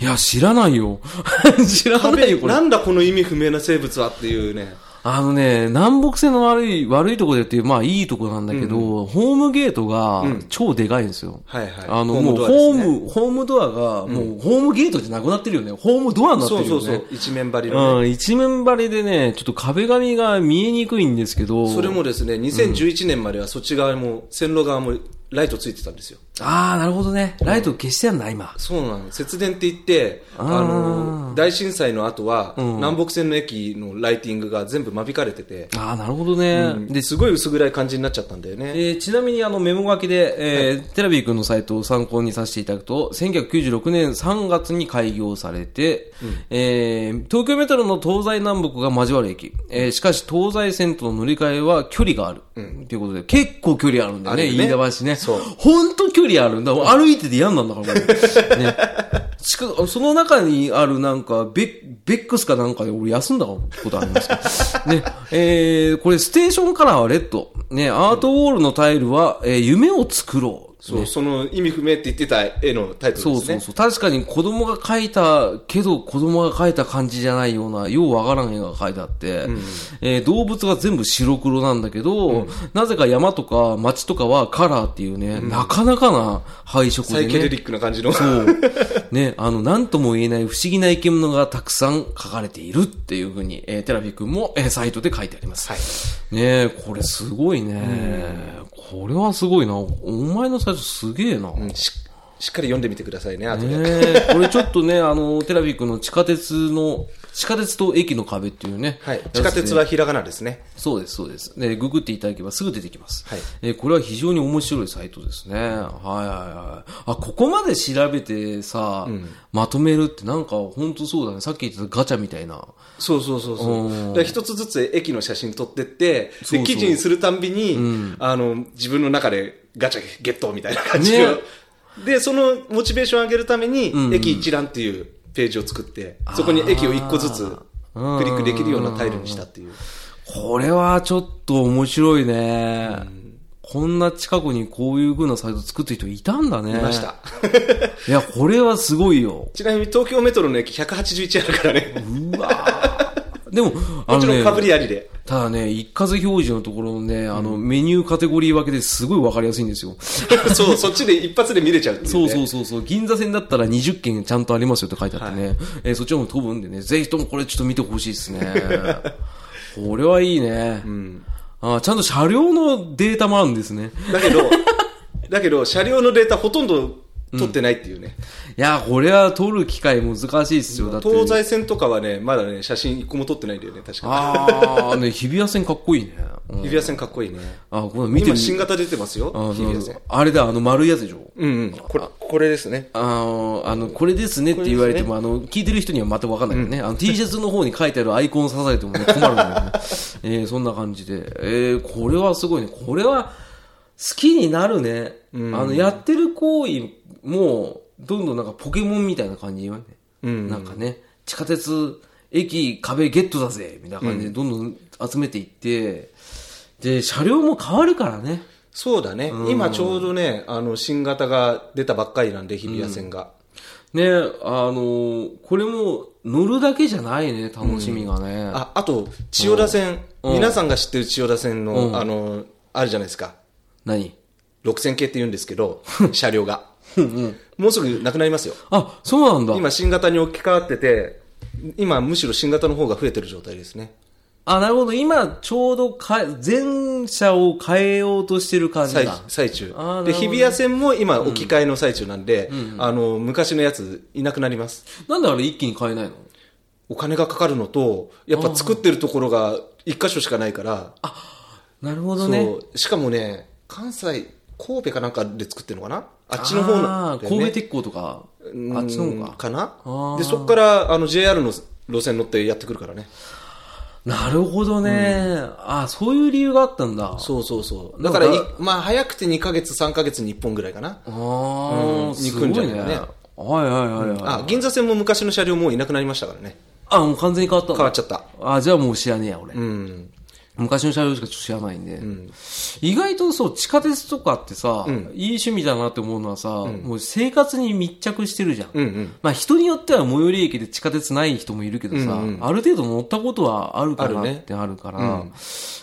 Speaker 1: い。いや、知らないよ。 [LAUGHS] 知らないよ、これ。
Speaker 2: なんだこの意味不明な生物はっていうね。
Speaker 1: あのね、南北線の悪い、悪いとこでっていう、まあいいとこなんだけど、ホームゲートが超でかいんですよ。
Speaker 2: はいはい
Speaker 1: あの、
Speaker 2: ホー
Speaker 1: も
Speaker 2: ム
Speaker 1: う
Speaker 2: ド
Speaker 1: ホ
Speaker 2: アですね
Speaker 1: ーム、ホームドアが、もうホームゲートじゃなくなってるよね。ホームドアになってるよ
Speaker 2: そう
Speaker 1: ね。
Speaker 2: そうそう。一面張りのね。
Speaker 1: うん、一面張りでね、ちょっと壁紙が見えにくいんですけど、
Speaker 2: それもですね、2011年まではそっち側も、線路側もライトついてたんですよ。
Speaker 1: ああ、なるほどね。ライト消してやんだ、今。
Speaker 2: そうなの。節電って言って、あの、大震災の後は、南北線の駅のライティングが全部間引かれてて、
Speaker 1: ああ、なるほどね。で、
Speaker 2: ですごい薄暗い感じになっちゃったんだよね。
Speaker 1: えーちなみにあのメモ書きで、えーテラビー君のサイトを参考にさせていただくと、1996年3月に開業されて、えー東京メトロの東西南北が交わる駅。えーしかし東西線との乗り換えは距離がある。ということで、結構距離あるんだよね、
Speaker 2: あるよね
Speaker 1: 飯田橋ね。
Speaker 2: そう
Speaker 1: ほんと距離あるんだ。歩いてて嫌になんだから、こ [LAUGHS] れね。しかその中にあるなんかベッ、ベックスかなんかで俺休んだことあります
Speaker 2: [LAUGHS]
Speaker 1: けど。ね。えー、これステーションカラーはレッド。ね、アートウォールのタイルは、えー夢を作ろう。
Speaker 2: そう、その意味不明って言ってた絵のタイトル
Speaker 1: そう
Speaker 2: です
Speaker 1: そう
Speaker 2: ね。
Speaker 1: そう。確かに子供が描いたけど子供が描いた感じじゃないような、ようわからん絵が描いてあって、えー動物が全部白黒なんだけど、なぜか山とか街とかはカラーっていうね、なかなかな配色
Speaker 2: サ
Speaker 1: で
Speaker 2: イケデ
Speaker 1: ね。
Speaker 2: リックな感じの。
Speaker 1: そう。 [LAUGHS] ね、あの、なんとも言えない不思議な生き物がたくさん描かれているっていうふうに、えーテラフィ君も、えーサイトで書いてあります。
Speaker 2: はい
Speaker 1: ねえ、これすごいね。これはすごいな。お前のサイトすげえな。
Speaker 2: うん [LAUGHS] ししっかり読んでみてくださいね、後で。
Speaker 1: ねえ、これちょっとね、あの、テラビックの地下鉄の、地下鉄と駅の壁っていうね。
Speaker 2: はい
Speaker 1: やつ。で
Speaker 2: 地下鉄はひらがなですね。
Speaker 1: そうです、そうです。で、ググっていただければすぐ出てきます。
Speaker 2: はい
Speaker 1: えーこれは非常に面白いサイトですね。はいはいはい。あ、ここまで調べてさ、まとめるってなんか本当そうだね。さっき言ってたガチャみたいな。
Speaker 2: そうそうそうそう。だから一つずつ駅の写真撮ってって、で、記事にするたんびに、あの、自分の中でガチャゲットみたいな感じで、
Speaker 1: ね
Speaker 2: で、そのモチベーションを上げるために、駅一覧っていうページを作って、そこに駅を一個ずつクリックできるようなタイルにしたっていう。
Speaker 1: これはちょっと面白いね。こんな近くにこういう風なサイト作ってる人いたんだね。い
Speaker 2: いまし。た。
Speaker 1: いや、これはすごいよ。
Speaker 2: ちなみに東京メトロの駅181あるからね。 [LAUGHS]
Speaker 1: でも、あ
Speaker 2: も
Speaker 1: の
Speaker 2: ちろん
Speaker 1: ね
Speaker 2: か、ぶりありで。
Speaker 1: ただね、一括表示のところのね、あの、メニューカテゴリー分けですごいわかりやすいんですよ。
Speaker 2: そう、そっちで一発で見れちゃうっていう、ね。
Speaker 1: そうそうそうそう。銀座線だったら20件ちゃんとありますよって書いてあってね。えーそっちも飛ぶんでね、ぜひともこれちょっと見てほしいですね。 [LAUGHS] これはいいね。あーちゃんと車両のデータもあるんですね。
Speaker 2: だけど、だけど、車両のデータほとんど取ってないっていうね。
Speaker 1: いや、これは撮る機会難しいですよ。だって。
Speaker 2: 東西線とかはね、まだね、写真一個も撮ってないんだよね、確か。
Speaker 1: ああ、ね、日比谷線かっこいいね。うん、
Speaker 2: 日比谷線かっこいいね。
Speaker 1: あ、これ見て
Speaker 2: 今、
Speaker 1: み
Speaker 2: 新型出てますよ、
Speaker 1: あ
Speaker 2: 日比谷線。
Speaker 1: あれだ、あの丸いやつでしょ。
Speaker 2: うんうん。これ、これですね。
Speaker 1: あの、あの、これですねって言われても、あの、聞いてる人には全くわかんないよね。あの、T シャツの方に書いてあるアイコンを刺されてもね、困るんだよね。えーそんな感じで。えーこれはすごいね。これは、好きになるね。あの、やってる行為も、どんどんなんかポケモンみたいな感じよね。なんかね、地下鉄、駅、壁ゲットだぜみたいな感じで、どんどん集めていって、で、車両も変わるからね。
Speaker 2: そうだね。今ちょうどね、あの、新型が出たばっかりなんで、日比谷線が。
Speaker 1: ね、あのーこれも乗るだけじゃないね、楽しみがね。あ
Speaker 2: あ、あと、千代田線。皆さんが知ってる千代田線の、あの、あるじゃないですか。
Speaker 1: 何
Speaker 2: 6000系って言うんですけど、車両が。もうすぐなくなりますよ。
Speaker 1: あ、そうなんだ。
Speaker 2: 今、新型に置き換わってて、今、むしろ新型の方が増えてる状態ですね。
Speaker 1: あ、なるほど。今、ちょうどか、全車を変えようとしてる感じ
Speaker 2: 最
Speaker 1: だ。
Speaker 2: 最中
Speaker 1: あーなるほどね
Speaker 2: で、日比谷線も今、置き換えの最中なんで、あの、昔のやつ、いなくなります。
Speaker 1: なんであれ一気に変えないの
Speaker 2: お金がかかるのと、やっぱ作ってるところが一箇所しかないから、
Speaker 1: なるほ
Speaker 2: そ
Speaker 1: ど
Speaker 2: う、
Speaker 1: ね。
Speaker 2: しかもね、関西、神戸かなんかで作ってるのかなあっちの方
Speaker 1: あ
Speaker 2: の、
Speaker 1: ー神戸鉄工とか、あっちの方
Speaker 2: うん
Speaker 1: か。
Speaker 2: かな
Speaker 1: あ
Speaker 2: で、そこから、あの、JR の路線乗ってやってくるからね。
Speaker 1: なるほどね。あ、そういう理由があったんだ。
Speaker 2: そうそうそう。
Speaker 1: な
Speaker 2: だ
Speaker 1: んか
Speaker 2: からい、まあ、早くて2ヶ月、3ヶ月に1本ぐらいかな。
Speaker 1: ああ、
Speaker 2: うん
Speaker 1: す
Speaker 2: 行
Speaker 1: ご
Speaker 2: く
Speaker 1: い
Speaker 2: ん
Speaker 1: ね
Speaker 2: じゃないね
Speaker 1: はいはいはいはい。
Speaker 2: あ、銀座線も昔の車両もういなくなりましたからね。
Speaker 1: あ、もう完全に変わった
Speaker 2: 変わっ
Speaker 1: ち
Speaker 2: ちゃった。
Speaker 1: あ、じゃあもう知らねえや、俺。
Speaker 2: うん。
Speaker 1: 昔の車両しかちょっと知らないんで、意外とそう、地下鉄とかってさ、いい趣味だなって思うのはさ、もう生活に密着してるじゃん。
Speaker 2: うんうん。
Speaker 1: まあ人によっては最寄り駅で地下鉄ない人もいるけどさ、ある程度乗ったことはあるか
Speaker 2: あ
Speaker 1: ら
Speaker 2: るね
Speaker 1: ってあるから、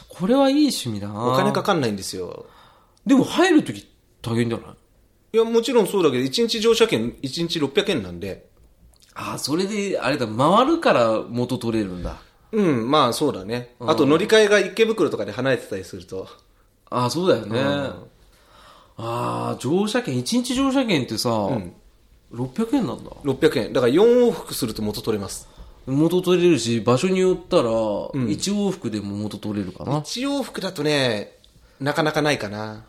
Speaker 1: これはいい趣味だな
Speaker 2: お金かかんないんですよ。
Speaker 1: でも入るとき大変じゃない
Speaker 2: いや、もちろんそうだけど、1日乗車券、1日600円なんで、
Speaker 1: ああ、それで、あれだ、回るから元取れるんだ。
Speaker 2: うん、まあそうだね。あと乗り換えが池袋とかで離れてたりすると。
Speaker 1: ああ、そうだよね。ああ、乗車券、一日乗車券ってさ、600円なんだ。
Speaker 2: 600円。だから4往復すると元取れます。
Speaker 1: 元取れるし、場所によったら、一往復でも元取れるかな。
Speaker 2: 1往復だとね、なかなかないかな。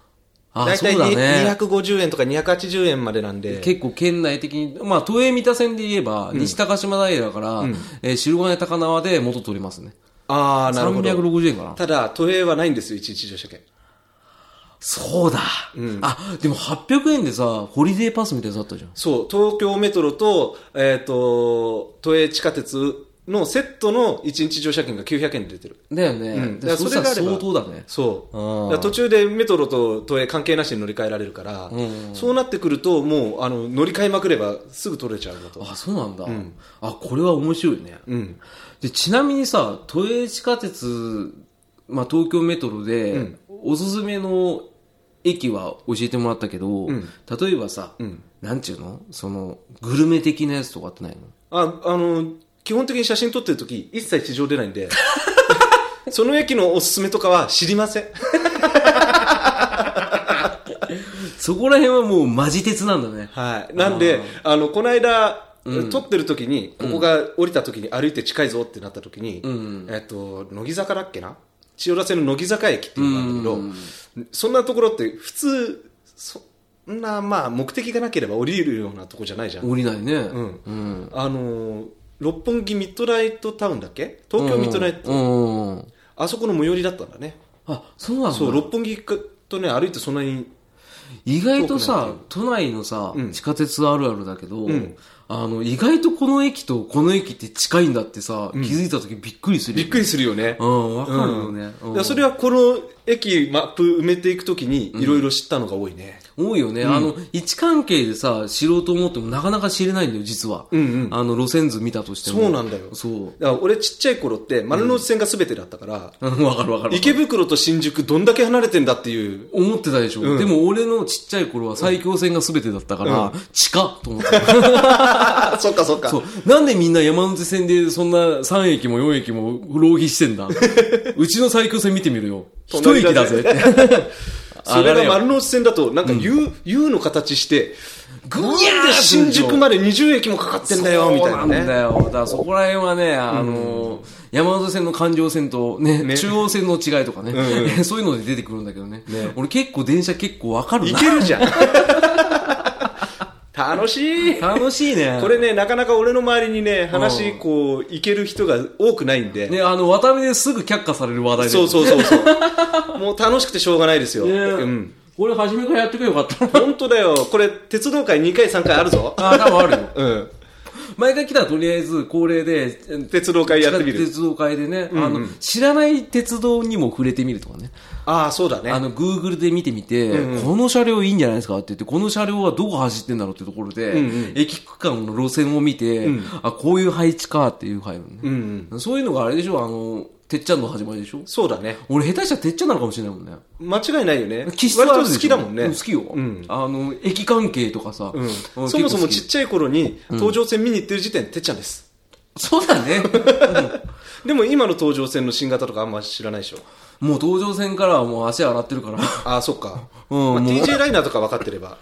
Speaker 1: あ
Speaker 2: だいたい
Speaker 1: そうだね
Speaker 2: 250円とか280円までなんで。
Speaker 1: 結構県内的に、まあ、都営三田線で言えば、西高島平から、えー白金高輪で元取れますね。
Speaker 2: ああ、なるほど。
Speaker 1: 360円かな。
Speaker 2: ただ、都営はないんですよ、1日乗車券。
Speaker 1: そうだ、あ、でも800円でさ、ホリデーパスみたいなやつあったじゃん。
Speaker 2: そう、東京メトロと、えっ、と、都営地下鉄のセットの1日乗車券が900円で出てる。
Speaker 1: だよね。
Speaker 2: うん
Speaker 1: で
Speaker 2: だから
Speaker 1: それが
Speaker 2: それがあれ
Speaker 1: 相
Speaker 2: ば
Speaker 1: 当だね。
Speaker 2: そう
Speaker 1: あー。
Speaker 2: だから途中でメトロと都営関係なしに乗り換えられるから、そうなってくると、もう、あの、乗り換えまくればすぐ取れちゃうのと。
Speaker 1: あ、そうなんだ。あ、これは面白いね。
Speaker 2: うん。
Speaker 1: で、ちなみにさ、都営地下鉄、まあ、東京メトロで、おすすめの駅は教えてもらったけど、例えばさ、なんちゅうのその、グルメ的なやつとかってないの
Speaker 2: あ、あの、基本的に写真撮ってる時一切地上出ないん [LAUGHS] で、その駅のおすすめとかは知りません。
Speaker 1: そこら辺はもうマジ鉄なんだね。
Speaker 2: はい。なんで、あの、この間、撮ってる時に、ここが降りた時に歩いて近いぞってなった時に、えっと、乃木坂だっけな千代田線の乃木坂駅っていうのがあるんだけど、そんなところって普通、そんな、まあ、目的がなければ降りるようなとこじゃないじゃん。
Speaker 1: 降りないね。うん
Speaker 2: あのー、六本木ミッドナイトタウンだっけ東京ミッドナイト、
Speaker 1: うんうん。
Speaker 2: あそこの最寄りだったんだね。
Speaker 1: あ、そうなんだ。
Speaker 2: そう、六本木とね、歩いてそんなに、
Speaker 1: 意外とさ、都内のさ、地下鉄あるあるだけど、
Speaker 2: ん
Speaker 1: あの、意外とこの駅とこの駅って近いんだってさ、気づいた時びっくりする
Speaker 2: び
Speaker 1: よ
Speaker 2: っ
Speaker 1: ね、
Speaker 2: くりするよね。
Speaker 1: うん、わかるよね。
Speaker 2: だ
Speaker 1: うん
Speaker 2: からそれはこの駅マップ埋めていくときにいろいろ知ったのが多いね。
Speaker 1: 多いよね。あの、位置関係でさ、知ろうと思ってもなかなか知れないんだよ、実は。あの、路線図見たとしても。
Speaker 2: そうなんだよ
Speaker 1: そう。 [LAUGHS]
Speaker 2: だから俺ちっちゃい頃って丸の内線が全てだったから、
Speaker 1: うんわかるわかる。
Speaker 2: 池袋と新宿どんだけ離れてんだっていう。
Speaker 1: 思ってたでしょ、でも俺のちっちゃい頃は最強線が全てだったから、地下と思ってた。
Speaker 2: あ、そっかそっか
Speaker 1: そう。 [LAUGHS] なんでみんな山手線でそんな3駅も4駅も浪費して
Speaker 2: [LAUGHS]
Speaker 1: んだうちの最強線見てみるよ。一
Speaker 2: 隣
Speaker 1: 駅
Speaker 2: だ
Speaker 1: だ
Speaker 2: ぜ
Speaker 1: ぜって。 [LAUGHS]
Speaker 2: それ
Speaker 1: 上が
Speaker 2: が
Speaker 1: れよ
Speaker 2: 丸の内線だとなんか U、U の形して、ぐ
Speaker 1: ー
Speaker 2: わ
Speaker 1: っと
Speaker 2: ーって新宿まで20駅もかかってんだよ、みたいな
Speaker 1: そうなんだ
Speaker 2: ね。
Speaker 1: よ。だからそこら辺はね、あの、山手線の環状線とね、
Speaker 2: ね
Speaker 1: 中央線の違いとかね、 [LAUGHS] そういうので出てくるんだけどね。俺結構電車結構わかる
Speaker 2: い
Speaker 1: な。
Speaker 2: け
Speaker 1: [LAUGHS]
Speaker 2: るじゃん。楽しい。
Speaker 1: 楽しいね。
Speaker 2: これね、なかなか俺の周りにね、話、こう、いける人が多くないんで。
Speaker 1: ね、あの、渡辺ですぐ却下される話題で。
Speaker 2: そうそうそう [LAUGHS] そう。もう楽しくてしょうがないですよ。
Speaker 1: ね
Speaker 2: うん。
Speaker 1: これ初めからやってくれよかった。
Speaker 2: 本当だよ。これ、鉄道会2回3回あるぞ。
Speaker 1: ああ、多分あるよ。
Speaker 2: うん。
Speaker 1: 毎回来たらとりあえず恒例で、
Speaker 2: 鉄道会やってみる。
Speaker 1: 鉄道会でね、あの、知らない鉄道にも触れてみるとかね。
Speaker 2: ああ、そうだ
Speaker 1: あ
Speaker 2: ね。
Speaker 1: の、グーグルで見てみて、この車両いいんじゃないですかって言って、この車両はどこ走ってんだろうってところで、駅区間の路線を見て、あ、こういう配置かっていう配分ね。
Speaker 2: うん。
Speaker 1: そういうのがあれでしょあの、てっちゃんの始まりでしょ
Speaker 2: そうだね。
Speaker 1: 俺下手したらてっちゃんなのかもしれないもんね。
Speaker 2: 間違いないよね。
Speaker 1: 気質
Speaker 2: 割
Speaker 1: はあ
Speaker 2: と
Speaker 1: るでしょ
Speaker 2: 好きだもん
Speaker 1: う
Speaker 2: ね。
Speaker 1: 好きよ。あの、駅関係とかさ。
Speaker 2: うん。そ
Speaker 1: うん
Speaker 2: もそもち
Speaker 1: 結
Speaker 2: っちゃい頃に、東上線見に行ってる時点でてっちゃんです。
Speaker 1: 構好きそうだ
Speaker 2: [LAUGHS]
Speaker 1: ね。
Speaker 2: でも今の東上線の新型とかあんま知らないでしょ。
Speaker 1: もう東上線からはもう足洗ってるから。
Speaker 2: ああ、そっか。
Speaker 1: うん
Speaker 2: ま
Speaker 1: も
Speaker 2: あ
Speaker 1: う
Speaker 2: TJ ライナーとか分かってれば。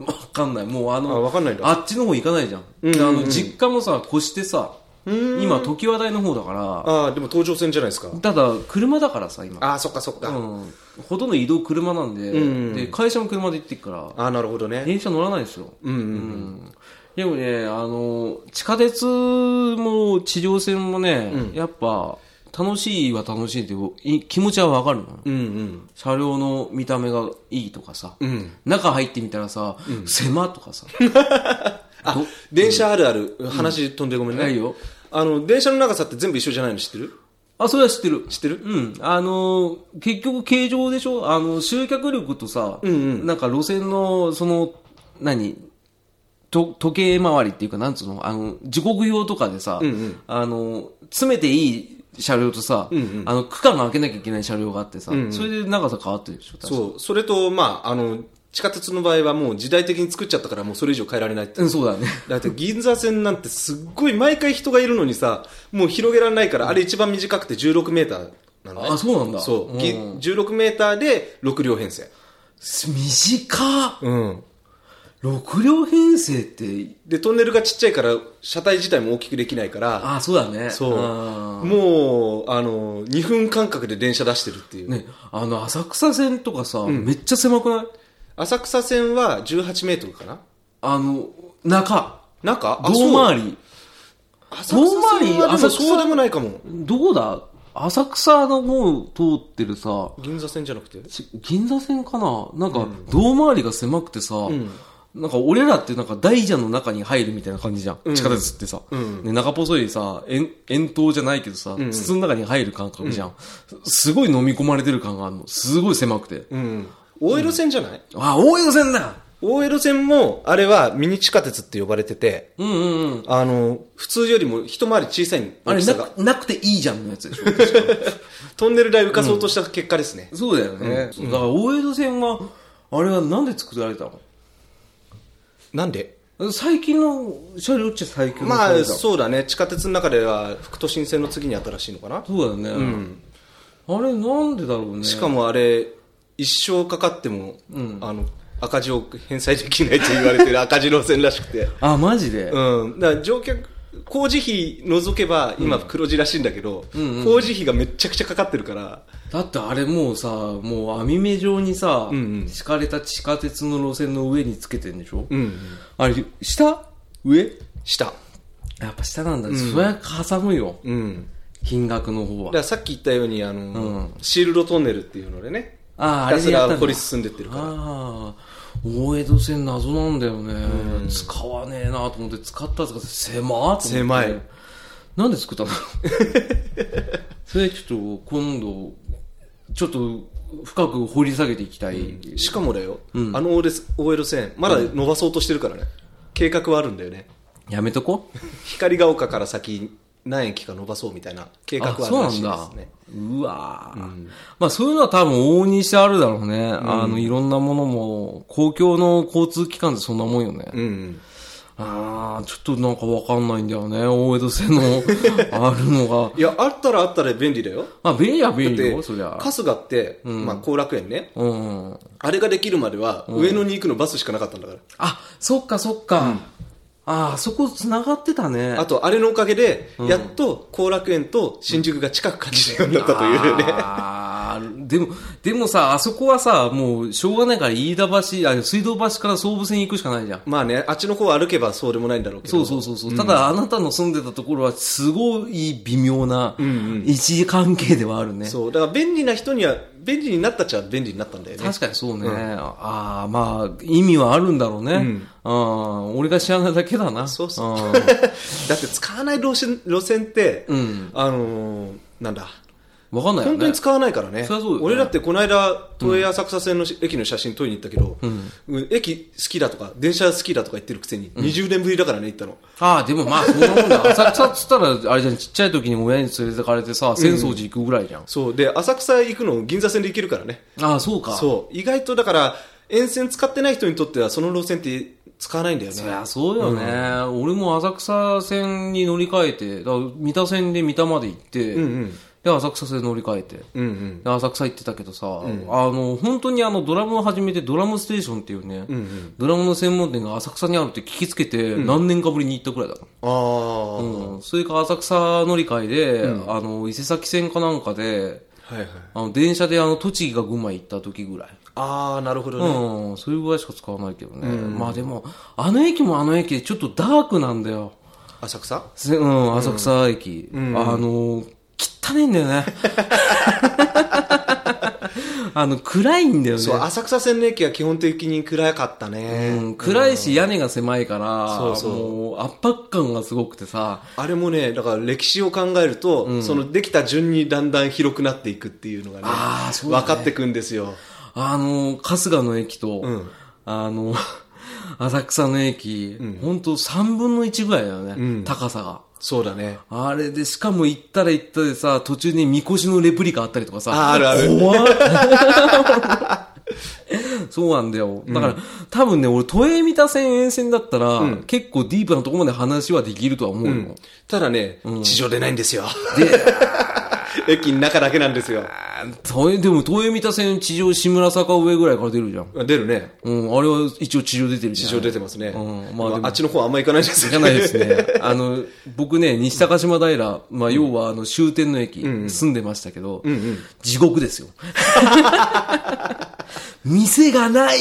Speaker 1: わかんない。もうあの、
Speaker 2: あわかんないんだ
Speaker 1: あっちの方行かないじゃん。であの、実家もさ、越してさ、今、時和台の方だか
Speaker 2: ああ、でも東上線じゃないですか。
Speaker 1: ら、ただ、車だからさ、今。
Speaker 2: ああ、そっかそっか。
Speaker 1: うん。ほとんど移動車なんで、で、会社も車で行ってくから、
Speaker 2: ああ、なるほどね。
Speaker 1: 電車乗らないですよ。
Speaker 2: うんうんうん。
Speaker 1: でもね、あの、地下鉄も地上線もね、やっぱ、楽しいは楽しいってい気持ちはわかるの。
Speaker 2: うんうん。
Speaker 1: 車両の見た目がいいとかさ、
Speaker 2: ん
Speaker 1: 中入ってみたらさ、狭とかさ、
Speaker 2: あ、電車あるある、話飛んでごめんね。
Speaker 1: ないよ。
Speaker 2: あの、電車の長さって全部一緒じゃないの知ってる
Speaker 1: あ、それは知ってる。
Speaker 2: 知ってる
Speaker 1: うん。あのー、結局形状でしょあの、集客力とさ、なんか路線の、その、何と時計回りっていうか、なんつうのあの、時刻表とかでさ、あの、詰めていい車両とさ、あの、区間が開けなきゃいけない車両があってさ、それで長さ変わってるでしょ確か
Speaker 2: そう。それと、まあ、あの、地下鉄の場合はもう時代的に作っちゃったからもうそれ以上変えられないって
Speaker 1: うん、そうだね。
Speaker 2: だって銀座線なんてすっごい毎回人がいるのにさ、もう広げられないから、あれ一番短くて16メーターなのね。
Speaker 1: あそうなんだ
Speaker 2: そう。
Speaker 1: うん
Speaker 2: ぎ16メーターで6両編成。
Speaker 1: 短っ
Speaker 2: うん。
Speaker 1: !6 両編成って、
Speaker 2: で、トンネルがちっちゃいから、車体自体も大きくできないから、
Speaker 1: あ、そうだね。あ
Speaker 2: そう。もう、あの、2分間隔で電車出してるっていう。
Speaker 1: ーね、あの、浅草線とかさ、めっちゃ狭くない
Speaker 2: 浅草線は18メートルかな
Speaker 1: あの、中、
Speaker 2: 中あ
Speaker 1: 胴回り。
Speaker 2: そ
Speaker 1: 遠
Speaker 2: う浅草線はで
Speaker 1: 回り浅
Speaker 2: も
Speaker 1: 草
Speaker 2: そうでもないかも。
Speaker 1: どうだ浅草の方を通ってるさ、
Speaker 2: 銀座線じゃなくて
Speaker 1: ち銀座線かななんか、胴回りが狭くてさ、なんか俺らってなんか大蛇の中に入るみたいな感じじゃん。地下鉄ってさ。で中細いさ、円円筒じゃないけどさ、筒の中に入る感覚じゃん。すごい飲み込まれてる感があるの。すごい狭くて。
Speaker 2: うん。大江戸線じゃない、
Speaker 1: あ、大江戸線だ
Speaker 2: 大江戸線も、あれはミニ地下鉄って呼ばれてて、
Speaker 1: うんうんうん。
Speaker 2: あの、普通よりも一回り小さい
Speaker 1: あ
Speaker 2: 大
Speaker 1: れ
Speaker 2: き
Speaker 1: な
Speaker 2: さが。
Speaker 1: く、なくていいじゃんのやつでしょ。
Speaker 2: トンネル代浮かそうとした結果ですね。
Speaker 1: [LAUGHS] そうだよね。そうだから大江戸線は、あれはなんで作られた
Speaker 2: なんで
Speaker 1: の最近の車両っちゃ最近の
Speaker 2: ま
Speaker 1: 車両
Speaker 2: あ、
Speaker 1: だ
Speaker 2: そうだね。地下鉄の中では、副都心線の次に新しいのかな。
Speaker 1: そうだよね。あれなんでだろうね。
Speaker 2: しかもあれ、一生かかっても、あの、赤字を返済できないと言われてる赤字路線らしくて。
Speaker 1: あ、マジで、
Speaker 2: うん。だから乗客、工事費除けば、今黒字らしいんだけど、工事費がめっちゃくちゃかかってるから、
Speaker 1: だってあれもうさ、もう網目状にさ、
Speaker 2: んうん
Speaker 1: 敷かれた地下鉄の路線の上につけてんでしょ、
Speaker 2: うんうん。
Speaker 1: あれ、下上
Speaker 2: した。
Speaker 1: やっぱ下なんだ。そりゃ挟むよ。
Speaker 2: うん。
Speaker 1: 金額の方
Speaker 2: だか
Speaker 1: は。
Speaker 2: らさっき言ったように、あの、
Speaker 1: うん
Speaker 2: シールドトンネルっていうのでね、
Speaker 1: ああ、あ
Speaker 2: ひ
Speaker 1: れ
Speaker 2: たす
Speaker 1: でやっ
Speaker 2: ら
Speaker 1: たん
Speaker 2: 掘
Speaker 1: だ
Speaker 2: り。進んでってるから。
Speaker 1: ああ、大江戸線謎なんだよね。使わねえなと思って、使ったんですか狭っと思って
Speaker 2: 狭い。
Speaker 1: なんで [LAUGHS] 作ったんだろう。それちょっと、今度、ちょっと、深く掘り下げていきたい。
Speaker 2: しかもだよ、あの OL 線、まだ伸ばそうとしてるからね、計画はあるんだよね。
Speaker 1: やめとこ
Speaker 2: 光が丘から先、何駅か伸ばそうみたいな計画はあるらしいですね。
Speaker 1: ううわーまあそういうのは多分往々にしてあるだろうね。あの、いろんなものも、公共の交通機関ってそんなもんよね。
Speaker 2: うん。
Speaker 1: ああ、ちょっとなんかわかんないんだよね。大江戸 [LAUGHS] 線のあるのが。
Speaker 2: いや、あったらあったら便利だよ。
Speaker 1: まあ便利は便利
Speaker 2: で、
Speaker 1: よ、そりゃ。
Speaker 2: 春日って、まあ、後楽園ね、
Speaker 1: うん。
Speaker 2: あれができるまでは、上野に行くのバスしかなかったんだから。
Speaker 1: あ、そっかそっか。ああ、そこ繋がってたね。
Speaker 2: あと、あれのおかげで、やっと後楽園と新宿が近く感じるようになったというね。
Speaker 1: あーでも、でもさ、あそこはさ、もう、しょうがないから、飯田橋、あ水道橋から総武線行くしかないじゃん。
Speaker 2: [LAUGHS] まあね、あっちの方歩けばそうでもないんだろうけど。
Speaker 1: そうそうそうそう、ただあなたの住んでたところはすごい微妙な一時関係ではあるね、
Speaker 2: そう。だから便利な人には、便利になったっちゃ便利になったんだよね。
Speaker 1: 確かにそうね、ああまあ意味はあるんだろうね、ああ俺が知らないだけだな
Speaker 2: そうそうう。
Speaker 1: ん
Speaker 2: [LAUGHS] だって使わない路線路線って、あのーなんだ、
Speaker 1: わかんないよ
Speaker 2: 本当
Speaker 1: ね
Speaker 2: に使わないからね。
Speaker 1: そりゃそうだよね
Speaker 2: 俺だってこの間、都営浅草線のし駅の写真撮りに行ったけど、うん駅好きだとか、電車好きだとか言ってるくせに、20年ぶりだからね、行ったの。
Speaker 1: ああでもまあそんなも [LAUGHS] んだ浅草っつったらあれじゃんちっちゃい時に親に連れてかれてさ浅草寺行くぐらいじゃん、
Speaker 2: そう。で、浅草行くの銀座線で行けるからね。
Speaker 1: ああそうか
Speaker 2: そう。意外とだから、沿線使ってない人にとっては、その路線って使わないんだよね。
Speaker 1: そりゃそうよね、俺も浅草線に乗り換えてだから三田線で三田まで行って、で浅草線乗り換えて、
Speaker 2: うんうん。
Speaker 1: で浅草行ってたけどさ、あの本当にあのドラムを始めてドラムステーションっていうね、ドラムの専門店が浅草にあるって聞きつけて何年かぶりに行ったくらいだ、
Speaker 2: ああ、
Speaker 1: うんそれか浅草乗り換えで、あの伊勢崎線かなんかで
Speaker 2: はいはい。
Speaker 1: あの電車であの栃木が群馬行った時ぐらい、
Speaker 2: ああ、なるほどね。
Speaker 1: うん、そういうぐらいしか使わないけどね、まあでもあの駅もあの駅でちょっとダークなんだよ
Speaker 2: 浅草
Speaker 1: せうん、浅草駅。あのー、汚ねえんだよね。 [LAUGHS] あの、暗いんだよね。
Speaker 2: そう、浅草線の駅は基本的に暗かったね。
Speaker 1: うん暗いし屋根が狭いから、
Speaker 2: そうそう
Speaker 1: もう圧迫感がすごくてさ、
Speaker 2: あれもね、だから歴史を考えると、そのできた順にだんだん広くなっていくっていうのがね、
Speaker 1: あーそうだね
Speaker 2: 分かってくんですよ。
Speaker 1: あの、春日の駅と、
Speaker 2: ん
Speaker 1: あの、 [LAUGHS] 浅草の駅、ほんと3分の1ぐらいだよね、
Speaker 2: ん
Speaker 1: 高さが。
Speaker 2: そうだね。
Speaker 1: あれで、しかも行ったら行ったでさ、途中にみこしのレプリカあったりとかさ。
Speaker 2: ああるある
Speaker 1: 怖いそうなんだよ。だから、多分ね、俺、都営三田線沿線だったら、結構ディープなとこまで話はできるとは思うよ。
Speaker 2: ただね、地上出ないんですよ。 [LAUGHS] 駅の中だけなんですよ。
Speaker 1: 都営でも、都営三田線地上、志村坂上ぐらいから出るじゃん。
Speaker 2: 出るね。
Speaker 1: うん、あれは一応地上出てるじ
Speaker 2: 地
Speaker 1: ゃん。
Speaker 2: 上出てますね。
Speaker 1: うんま
Speaker 2: ま
Speaker 1: あ
Speaker 2: あ
Speaker 1: でも
Speaker 2: あっちの方あんま行かないです
Speaker 1: 行かないです [LAUGHS] ね。あの、僕ね、西高島平、まあ、要は、あの、終点の駅、住んでましたけど、地獄ですよ。 [LAUGHS] 店が [LAUGHS] ない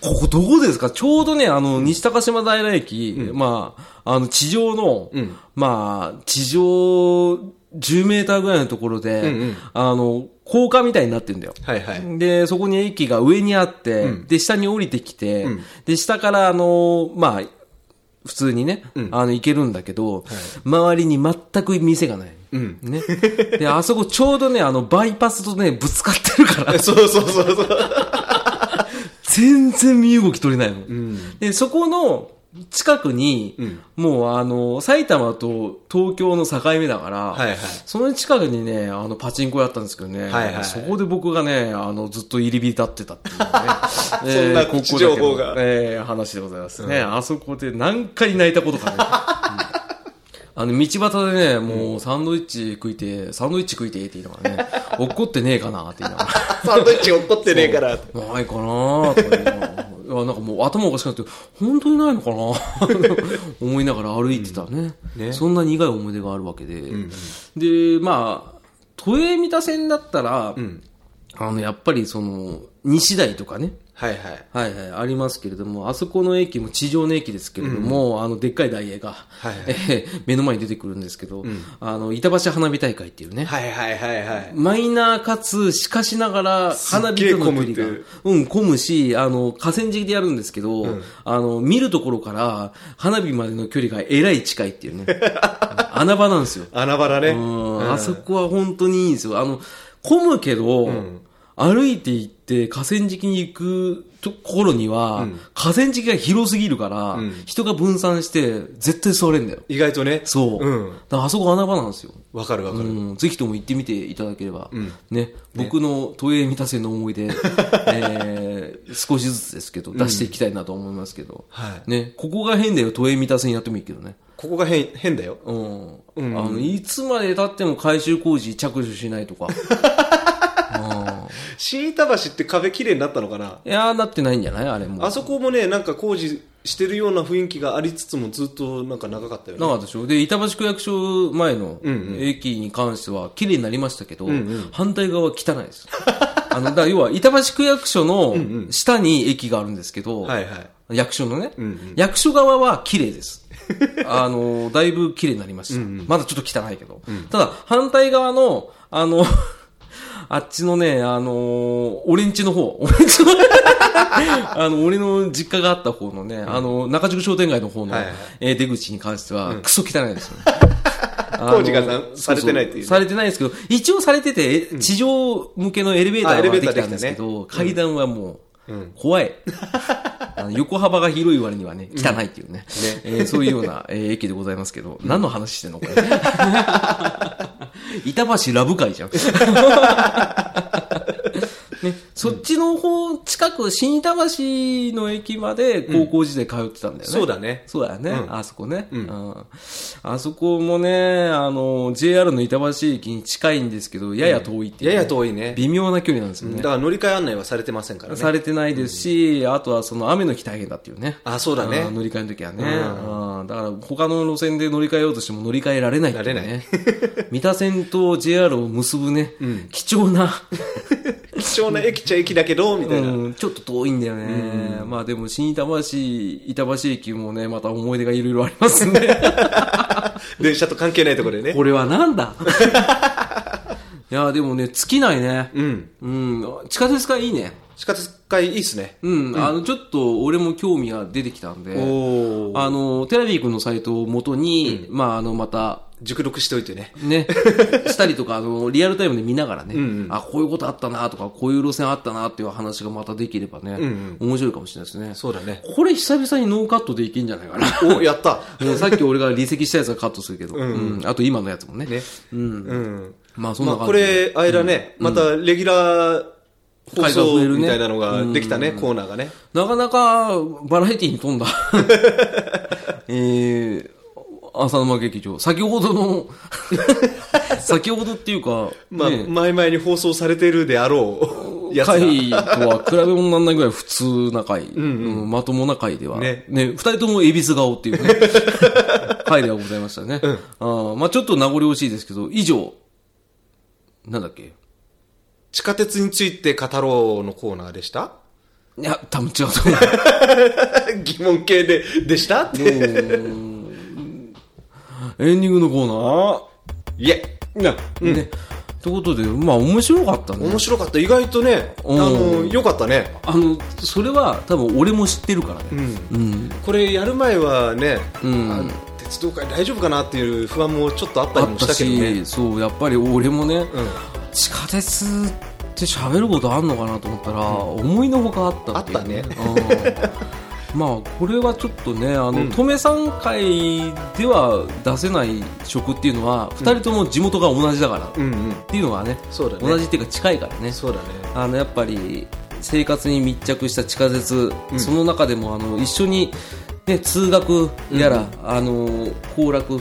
Speaker 1: ここどこですかちょうどね、あの、西高島平駅、まあ、あの、地上の、まあ、地上10メーターぐらいのところで、あの、高架みたいになってんだよ。
Speaker 2: [LAUGHS] は
Speaker 1: [LAUGHS]
Speaker 2: いはい。
Speaker 1: で、そこに駅が上にあって、で、下に降りてきて、で、下から、あのーまあ、普通にね、あの、行けるんだけど、周りに全く店がない。ね。で、あそこちょうどね、あの、バイパスとね、ぶつかってるから、
Speaker 2: そうそうそうそう。
Speaker 1: 全然身動き取れないの。で、そこの近くに、もうあの、埼玉と東京の境目だから、
Speaker 2: はいはい
Speaker 1: その近くにね、あの、パチンコやったんですけどね、
Speaker 2: はいはい
Speaker 1: そこで僕がね、あの、ずっと入り浸ってたっていう
Speaker 2: [LAUGHS]
Speaker 1: ね。
Speaker 2: んな口情報が
Speaker 1: ここだけのえー話でございますね、あそこで何回泣いたことかね。あの、道端でね、もう、サンドイッチ食いて、サンドイッチ食いてって言いながらね、
Speaker 2: [LAUGHS]
Speaker 1: 怒ってねえかなって言いながら。
Speaker 2: サンドイッチ怒ってねえから。
Speaker 1: ないかなーとか言いながら [LAUGHS] いや、なんかもう頭おかしくなって、本当にないのかな [LAUGHS] 思いながら歩いてたね,、
Speaker 2: ね
Speaker 1: そんな苦い思い出があるわけで。で、まあ、都営三田線だったら、あの、やっぱりその、西台とかね。
Speaker 2: はいはい。
Speaker 1: はいはい、ありますけれども、あそこの駅も地上の駅ですけれども、あの、でっかいダイエーが、
Speaker 2: いはい
Speaker 1: えー [LAUGHS] 目の前に出てくるんですけど、あの、板橋花火大会っていうね、
Speaker 2: はいはいはいはい。
Speaker 1: マイナーかつ、しかしながら、花火との距離
Speaker 2: すっげえ混
Speaker 1: が
Speaker 2: むって、
Speaker 1: うん、混むし、あの、河川敷でやるんですけど、あの、見るところから、花火までの距離がえらい近いっていうね、 [LAUGHS] 穴場なんですよ。
Speaker 2: 穴場だね。
Speaker 1: うん、あそこは本当にいいんですよ。あの、混むけど、歩いて行って河川敷に行くところには、河川敷が広すぎるから、人が分散して、絶対座れんだよ。
Speaker 2: 意外とね。
Speaker 1: そう。
Speaker 2: うん
Speaker 1: だからあそこ穴場なんですよ。
Speaker 2: わかるわかる。
Speaker 1: うん、ぜひとも行ってみていただければ、ね、僕の都営三田線の思い [LAUGHS] 出、えー少しずつですけど、出していきたいなと思いますけど、
Speaker 2: は
Speaker 1: ね、ここが変だよ、都営三田線やってもいいけどね。
Speaker 2: ここが変、変だよ。
Speaker 1: うん。あの、いつまで経っても改修工事着手しない [LAUGHS] とか。
Speaker 2: 新板橋って壁綺麗になったのかない
Speaker 1: やー、なってないんじゃないあれも。
Speaker 2: あそこもね、なんか工事してるような雰囲気がありつつもずっとなんか長かったよ
Speaker 1: な
Speaker 2: ね。
Speaker 1: かったでしょで、板橋区役所前の駅に関しては綺麗になりましたけど、反対側は汚いです。あの、だから要は、板橋区役所の下に駅があるんですけど、
Speaker 2: はいはい。
Speaker 1: 役所のね、役所側は綺麗
Speaker 2: [LAUGHS]
Speaker 1: です。あの、だいぶ綺麗になりました。まだちょっと汚いけど。ただ、反対側の、あの、 [LAUGHS] あっちのね、あの俺んちの方、 [LAUGHS] 俺んちの、あの、俺の実家があった方のね、あの、中宿商店街の方の、
Speaker 2: はいはい
Speaker 1: えー出口に関しては、クソ汚いですよ
Speaker 2: [LAUGHS]
Speaker 1: ね。
Speaker 2: 工事がさ
Speaker 1: あの
Speaker 2: されてないっていうね
Speaker 1: されてないですけど、一応されてて、え地上向けのエレベーター
Speaker 2: あ
Speaker 1: は
Speaker 2: エレベ
Speaker 1: で
Speaker 2: ータ
Speaker 1: き
Speaker 2: ーでき
Speaker 1: た
Speaker 2: たね
Speaker 1: んですけど、階段はもう、怖い。あの横幅が広い割にはね、汚いっていうね。えーそういうような、えー駅でございますけど、何の話してんの
Speaker 2: [LAUGHS]
Speaker 1: これ。板橋ラブ会
Speaker 2: [LAUGHS]
Speaker 1: じゃん。ね、そっちの方、近く、新板橋の駅まで高校時代通ってたんだよね。
Speaker 2: そうだね。
Speaker 1: そうだよね、あそこね、うんあそこもね、あの、JR の板橋駅に近いんですけど、やや遠いっていう、
Speaker 2: やや遠いね。
Speaker 1: 微妙な距離なんですよ
Speaker 2: だ
Speaker 1: ね。
Speaker 2: から乗り換え案内はされてませんからね。
Speaker 1: されてないですし、あとはその雨の日大変だっていうね。
Speaker 2: あ、そうだ
Speaker 1: あー
Speaker 2: ね。
Speaker 1: 乗り換えの時はね、あーだから他の路線で乗り換えようとしても乗り換えられないっていうね。 [LAUGHS]
Speaker 2: [LAUGHS]
Speaker 1: 三田線と JR を結ぶね、貴重
Speaker 2: [LAUGHS]
Speaker 1: な、
Speaker 2: 貴重な駅ちゃ駅だけど、みたいな。
Speaker 1: うん、ちょっと遠いんだよね。まあでも、新板橋、板橋駅もね、また思い出がいろいろありますんで。
Speaker 2: [LAUGHS] 電車と関係ないところでね。
Speaker 1: これはなんだいや、でもね、尽きないね。
Speaker 2: うん。
Speaker 1: うん。地下鉄がいいね。
Speaker 2: 地下鉄会いいっすね。
Speaker 1: うん。あの、ちょっと俺も興味が出てきたんで、
Speaker 2: お
Speaker 1: あの、テラビー君のサイトを元に、まあ、あの、また、
Speaker 2: 熟読しておいてね。 [LAUGHS]
Speaker 1: ね、したりとか、あの、リアルタイムで見ながらね、あ、こういうことあったなとか、こういう路線あったなっていう話がまたできればね、面白いかもしれないですね。
Speaker 2: そうだ
Speaker 1: [LAUGHS]
Speaker 2: ね。
Speaker 1: これ久々にノーカットでいけんじゃないか
Speaker 2: [LAUGHS]
Speaker 1: な。
Speaker 2: お、やった。
Speaker 1: もうさっき俺が離席したやつはカットするけど、うん。あと今のやつもね。
Speaker 2: ね。
Speaker 1: うん。
Speaker 2: うん。
Speaker 1: まあ、そん
Speaker 2: ま
Speaker 1: な
Speaker 2: あ、
Speaker 1: 感
Speaker 2: こ
Speaker 1: じで。
Speaker 2: れ、あれだね、また、レギュラー放
Speaker 1: 回が増えるね
Speaker 2: 送みたいなのができたね、コーナーがね。
Speaker 1: なかなかバラエティに [LAUGHS] 富んだ、えー、浅沼劇場。先ほど [LAUGHS] の、先ほどっていうか、
Speaker 2: まあ、
Speaker 1: ね、
Speaker 2: 前々に放送されてるであろう、やつが。
Speaker 1: [LAUGHS] 回とは比べ物にならないぐらい普通な回、うんまともな回では、
Speaker 2: ね
Speaker 1: ね、二人とも恵比寿顔っていうね、 [LAUGHS] 回ではございましたね。あーまあちょっと名残惜しいですけど、以上、なんだっけ
Speaker 2: 地下鉄について語ろうのコーナーでした [LAUGHS]
Speaker 1: いや、多分違うと思う。 [LAUGHS]
Speaker 2: 疑問系で、でしたって。
Speaker 1: エンディングのコー
Speaker 2: いえ。
Speaker 1: ナーね。ね。ということで、まあ面白かったね。
Speaker 2: 面白かった。意外とね、あ
Speaker 1: うん
Speaker 2: の、良かったね。
Speaker 1: あの、それは多分俺も知ってるからね。うん。
Speaker 2: これやる前はね、
Speaker 1: ん
Speaker 2: あの鉄道界大丈夫かなっていう不安もちょっとあった
Speaker 1: あ
Speaker 2: りも
Speaker 1: っ
Speaker 2: したたけどね。
Speaker 1: し、そう、やっぱり俺もね、
Speaker 2: うん、
Speaker 1: 地下鉄って喋ることあんのかなと思ったら、思いのほかあったっていううんまあこれはちょっとねあの、
Speaker 2: ん
Speaker 1: 止めさん会では出せない職っていうのは、二人とも地元が同じだからっ
Speaker 2: うんうん
Speaker 1: ていうのはね
Speaker 2: そうだね
Speaker 1: 同じっていうか近いからね
Speaker 2: そうだね
Speaker 1: あのやっぱり生活に密着した地下鉄、その中でもあの一緒に、ね、通学やら、あの行楽、えー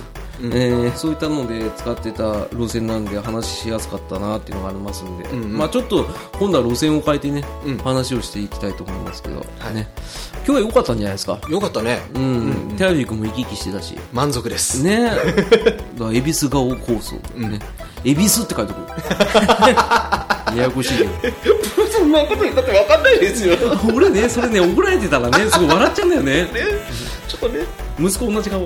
Speaker 1: そういったので使ってた路線なんで話しやすかったなっていうのがありますんで、
Speaker 2: うん
Speaker 1: まあ、ちょっと今度は路線を変えてね、
Speaker 2: うん
Speaker 1: 話をしていきたいと思いますけど、
Speaker 2: はい
Speaker 1: ね、今日は良かったんじゃないですか、
Speaker 2: よかったね、
Speaker 1: うんテラビー君も生き生きしてたし。
Speaker 2: 満足です、
Speaker 1: ねだから恵比寿顔構想、ね恵比寿って書いてく
Speaker 2: [LAUGHS]
Speaker 1: るややこしいけど
Speaker 2: [LAUGHS] そんなこと言ったって分かんないで
Speaker 1: [LAUGHS]
Speaker 2: すよね
Speaker 1: 俺ねそれね怒られてたらねすごい笑っちゃうんだよね
Speaker 2: ちょっとね
Speaker 1: 息子同じ
Speaker 2: [LAUGHS]
Speaker 1: 顔、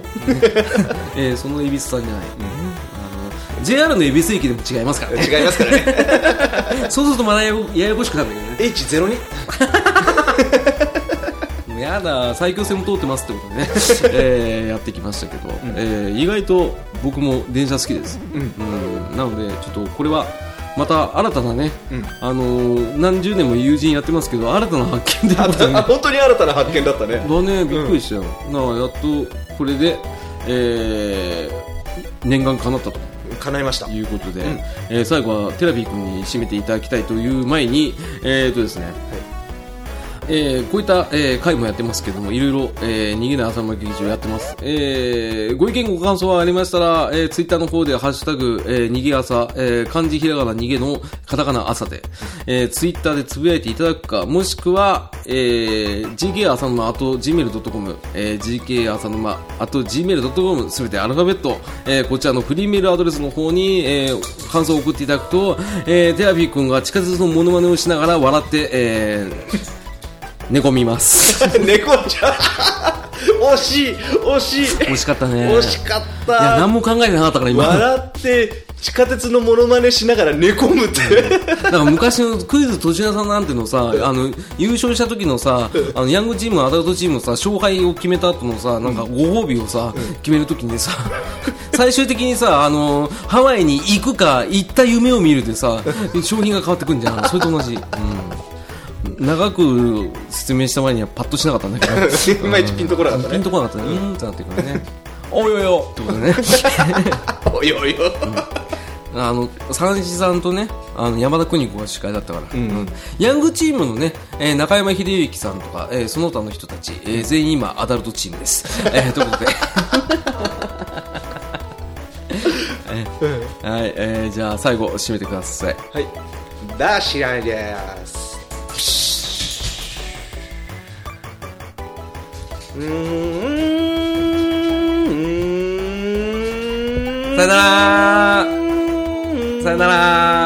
Speaker 1: えーその恵比寿さんじゃない、あの JR の恵比寿駅でも違いますからね
Speaker 2: 違いますからね
Speaker 1: そうするとまだやややこしくなるんだけどね
Speaker 2: H02
Speaker 1: もうやだ最強線も通ってますってことで
Speaker 2: [LAUGHS]
Speaker 1: ね、えーやってきましたけど、えー意外と僕も電車好きです、
Speaker 2: うん
Speaker 1: うんなのでちょっとこれはまた新たなね、
Speaker 2: ん
Speaker 1: あのー何十年も友人やってますけど新たな発見という
Speaker 2: あ
Speaker 1: ことでね
Speaker 2: あ本当に新たな発見だったね
Speaker 1: だねびっくりしたよ、なあやっとこれで、えー念願叶ったと
Speaker 2: 叶いました
Speaker 1: いうことで、
Speaker 2: うん
Speaker 1: えー最後はテラビー君に締めていただきたいという前にえー、とですね、えーこういった、えー回もやってますけども、いろいろ、えー逃げない朝の劇場やってます。えーご意見ご感想がありましたら、えーツイッターの方で、ハッシュタグ、えー逃げ朝、えー漢字ひらがな逃げのカタカナ朝で、えーツイッターでつぶやいていただくか、もしくは、えー、gk 朝沼あと gmail.com、えー、gk 朝沼あと gmail.com すべてアルファベット、えーこちらのフリーメールアドレスの方に、えー感想を送っていただくと、えーテラビー君が地下鉄のモノマネをしながら笑って、えー寝込み [LAUGHS] ます。
Speaker 2: 猫ちゃん [LAUGHS] 惜しい惜しい
Speaker 1: 惜しかったね。
Speaker 2: 惜しかっ
Speaker 1: いや、
Speaker 2: た
Speaker 1: 何も考えてなかったから、今。だ
Speaker 2: 笑って地下鉄のモノマネしながら寝込むって
Speaker 1: から昔のクイズとちなさんなんてのさ、あの、優勝した時のさ、あの、ヤングチーム、アダルトチームのさ、勝敗を決めた後のさ、なんかご褒美をさ、決める時にさ、最終的にさ、あの、ハワイに行くか、行った夢を見るでさ、商品が変わってくんじゃん。それと同じ。うん。長く説明した前にはパッとしなかったんだ [LAUGHS] けど。
Speaker 2: [LAUGHS] いまいちピンとこなかった
Speaker 1: ピン
Speaker 2: ね
Speaker 1: とこなかったね。うーんってなってくるね。およよってことでね。
Speaker 2: おいおいおい
Speaker 1: あの三枝さんとねあの山田邦子が司会だったから、うんヤングチームのね、えー中山秀幸さんとか、えーその他の人たち、えー全員今アダルトチームです。 [LAUGHS] えーということで、はいえーじゃあ最後締めてください。
Speaker 2: はい。ダーシランです。うーん
Speaker 1: さよならさよなら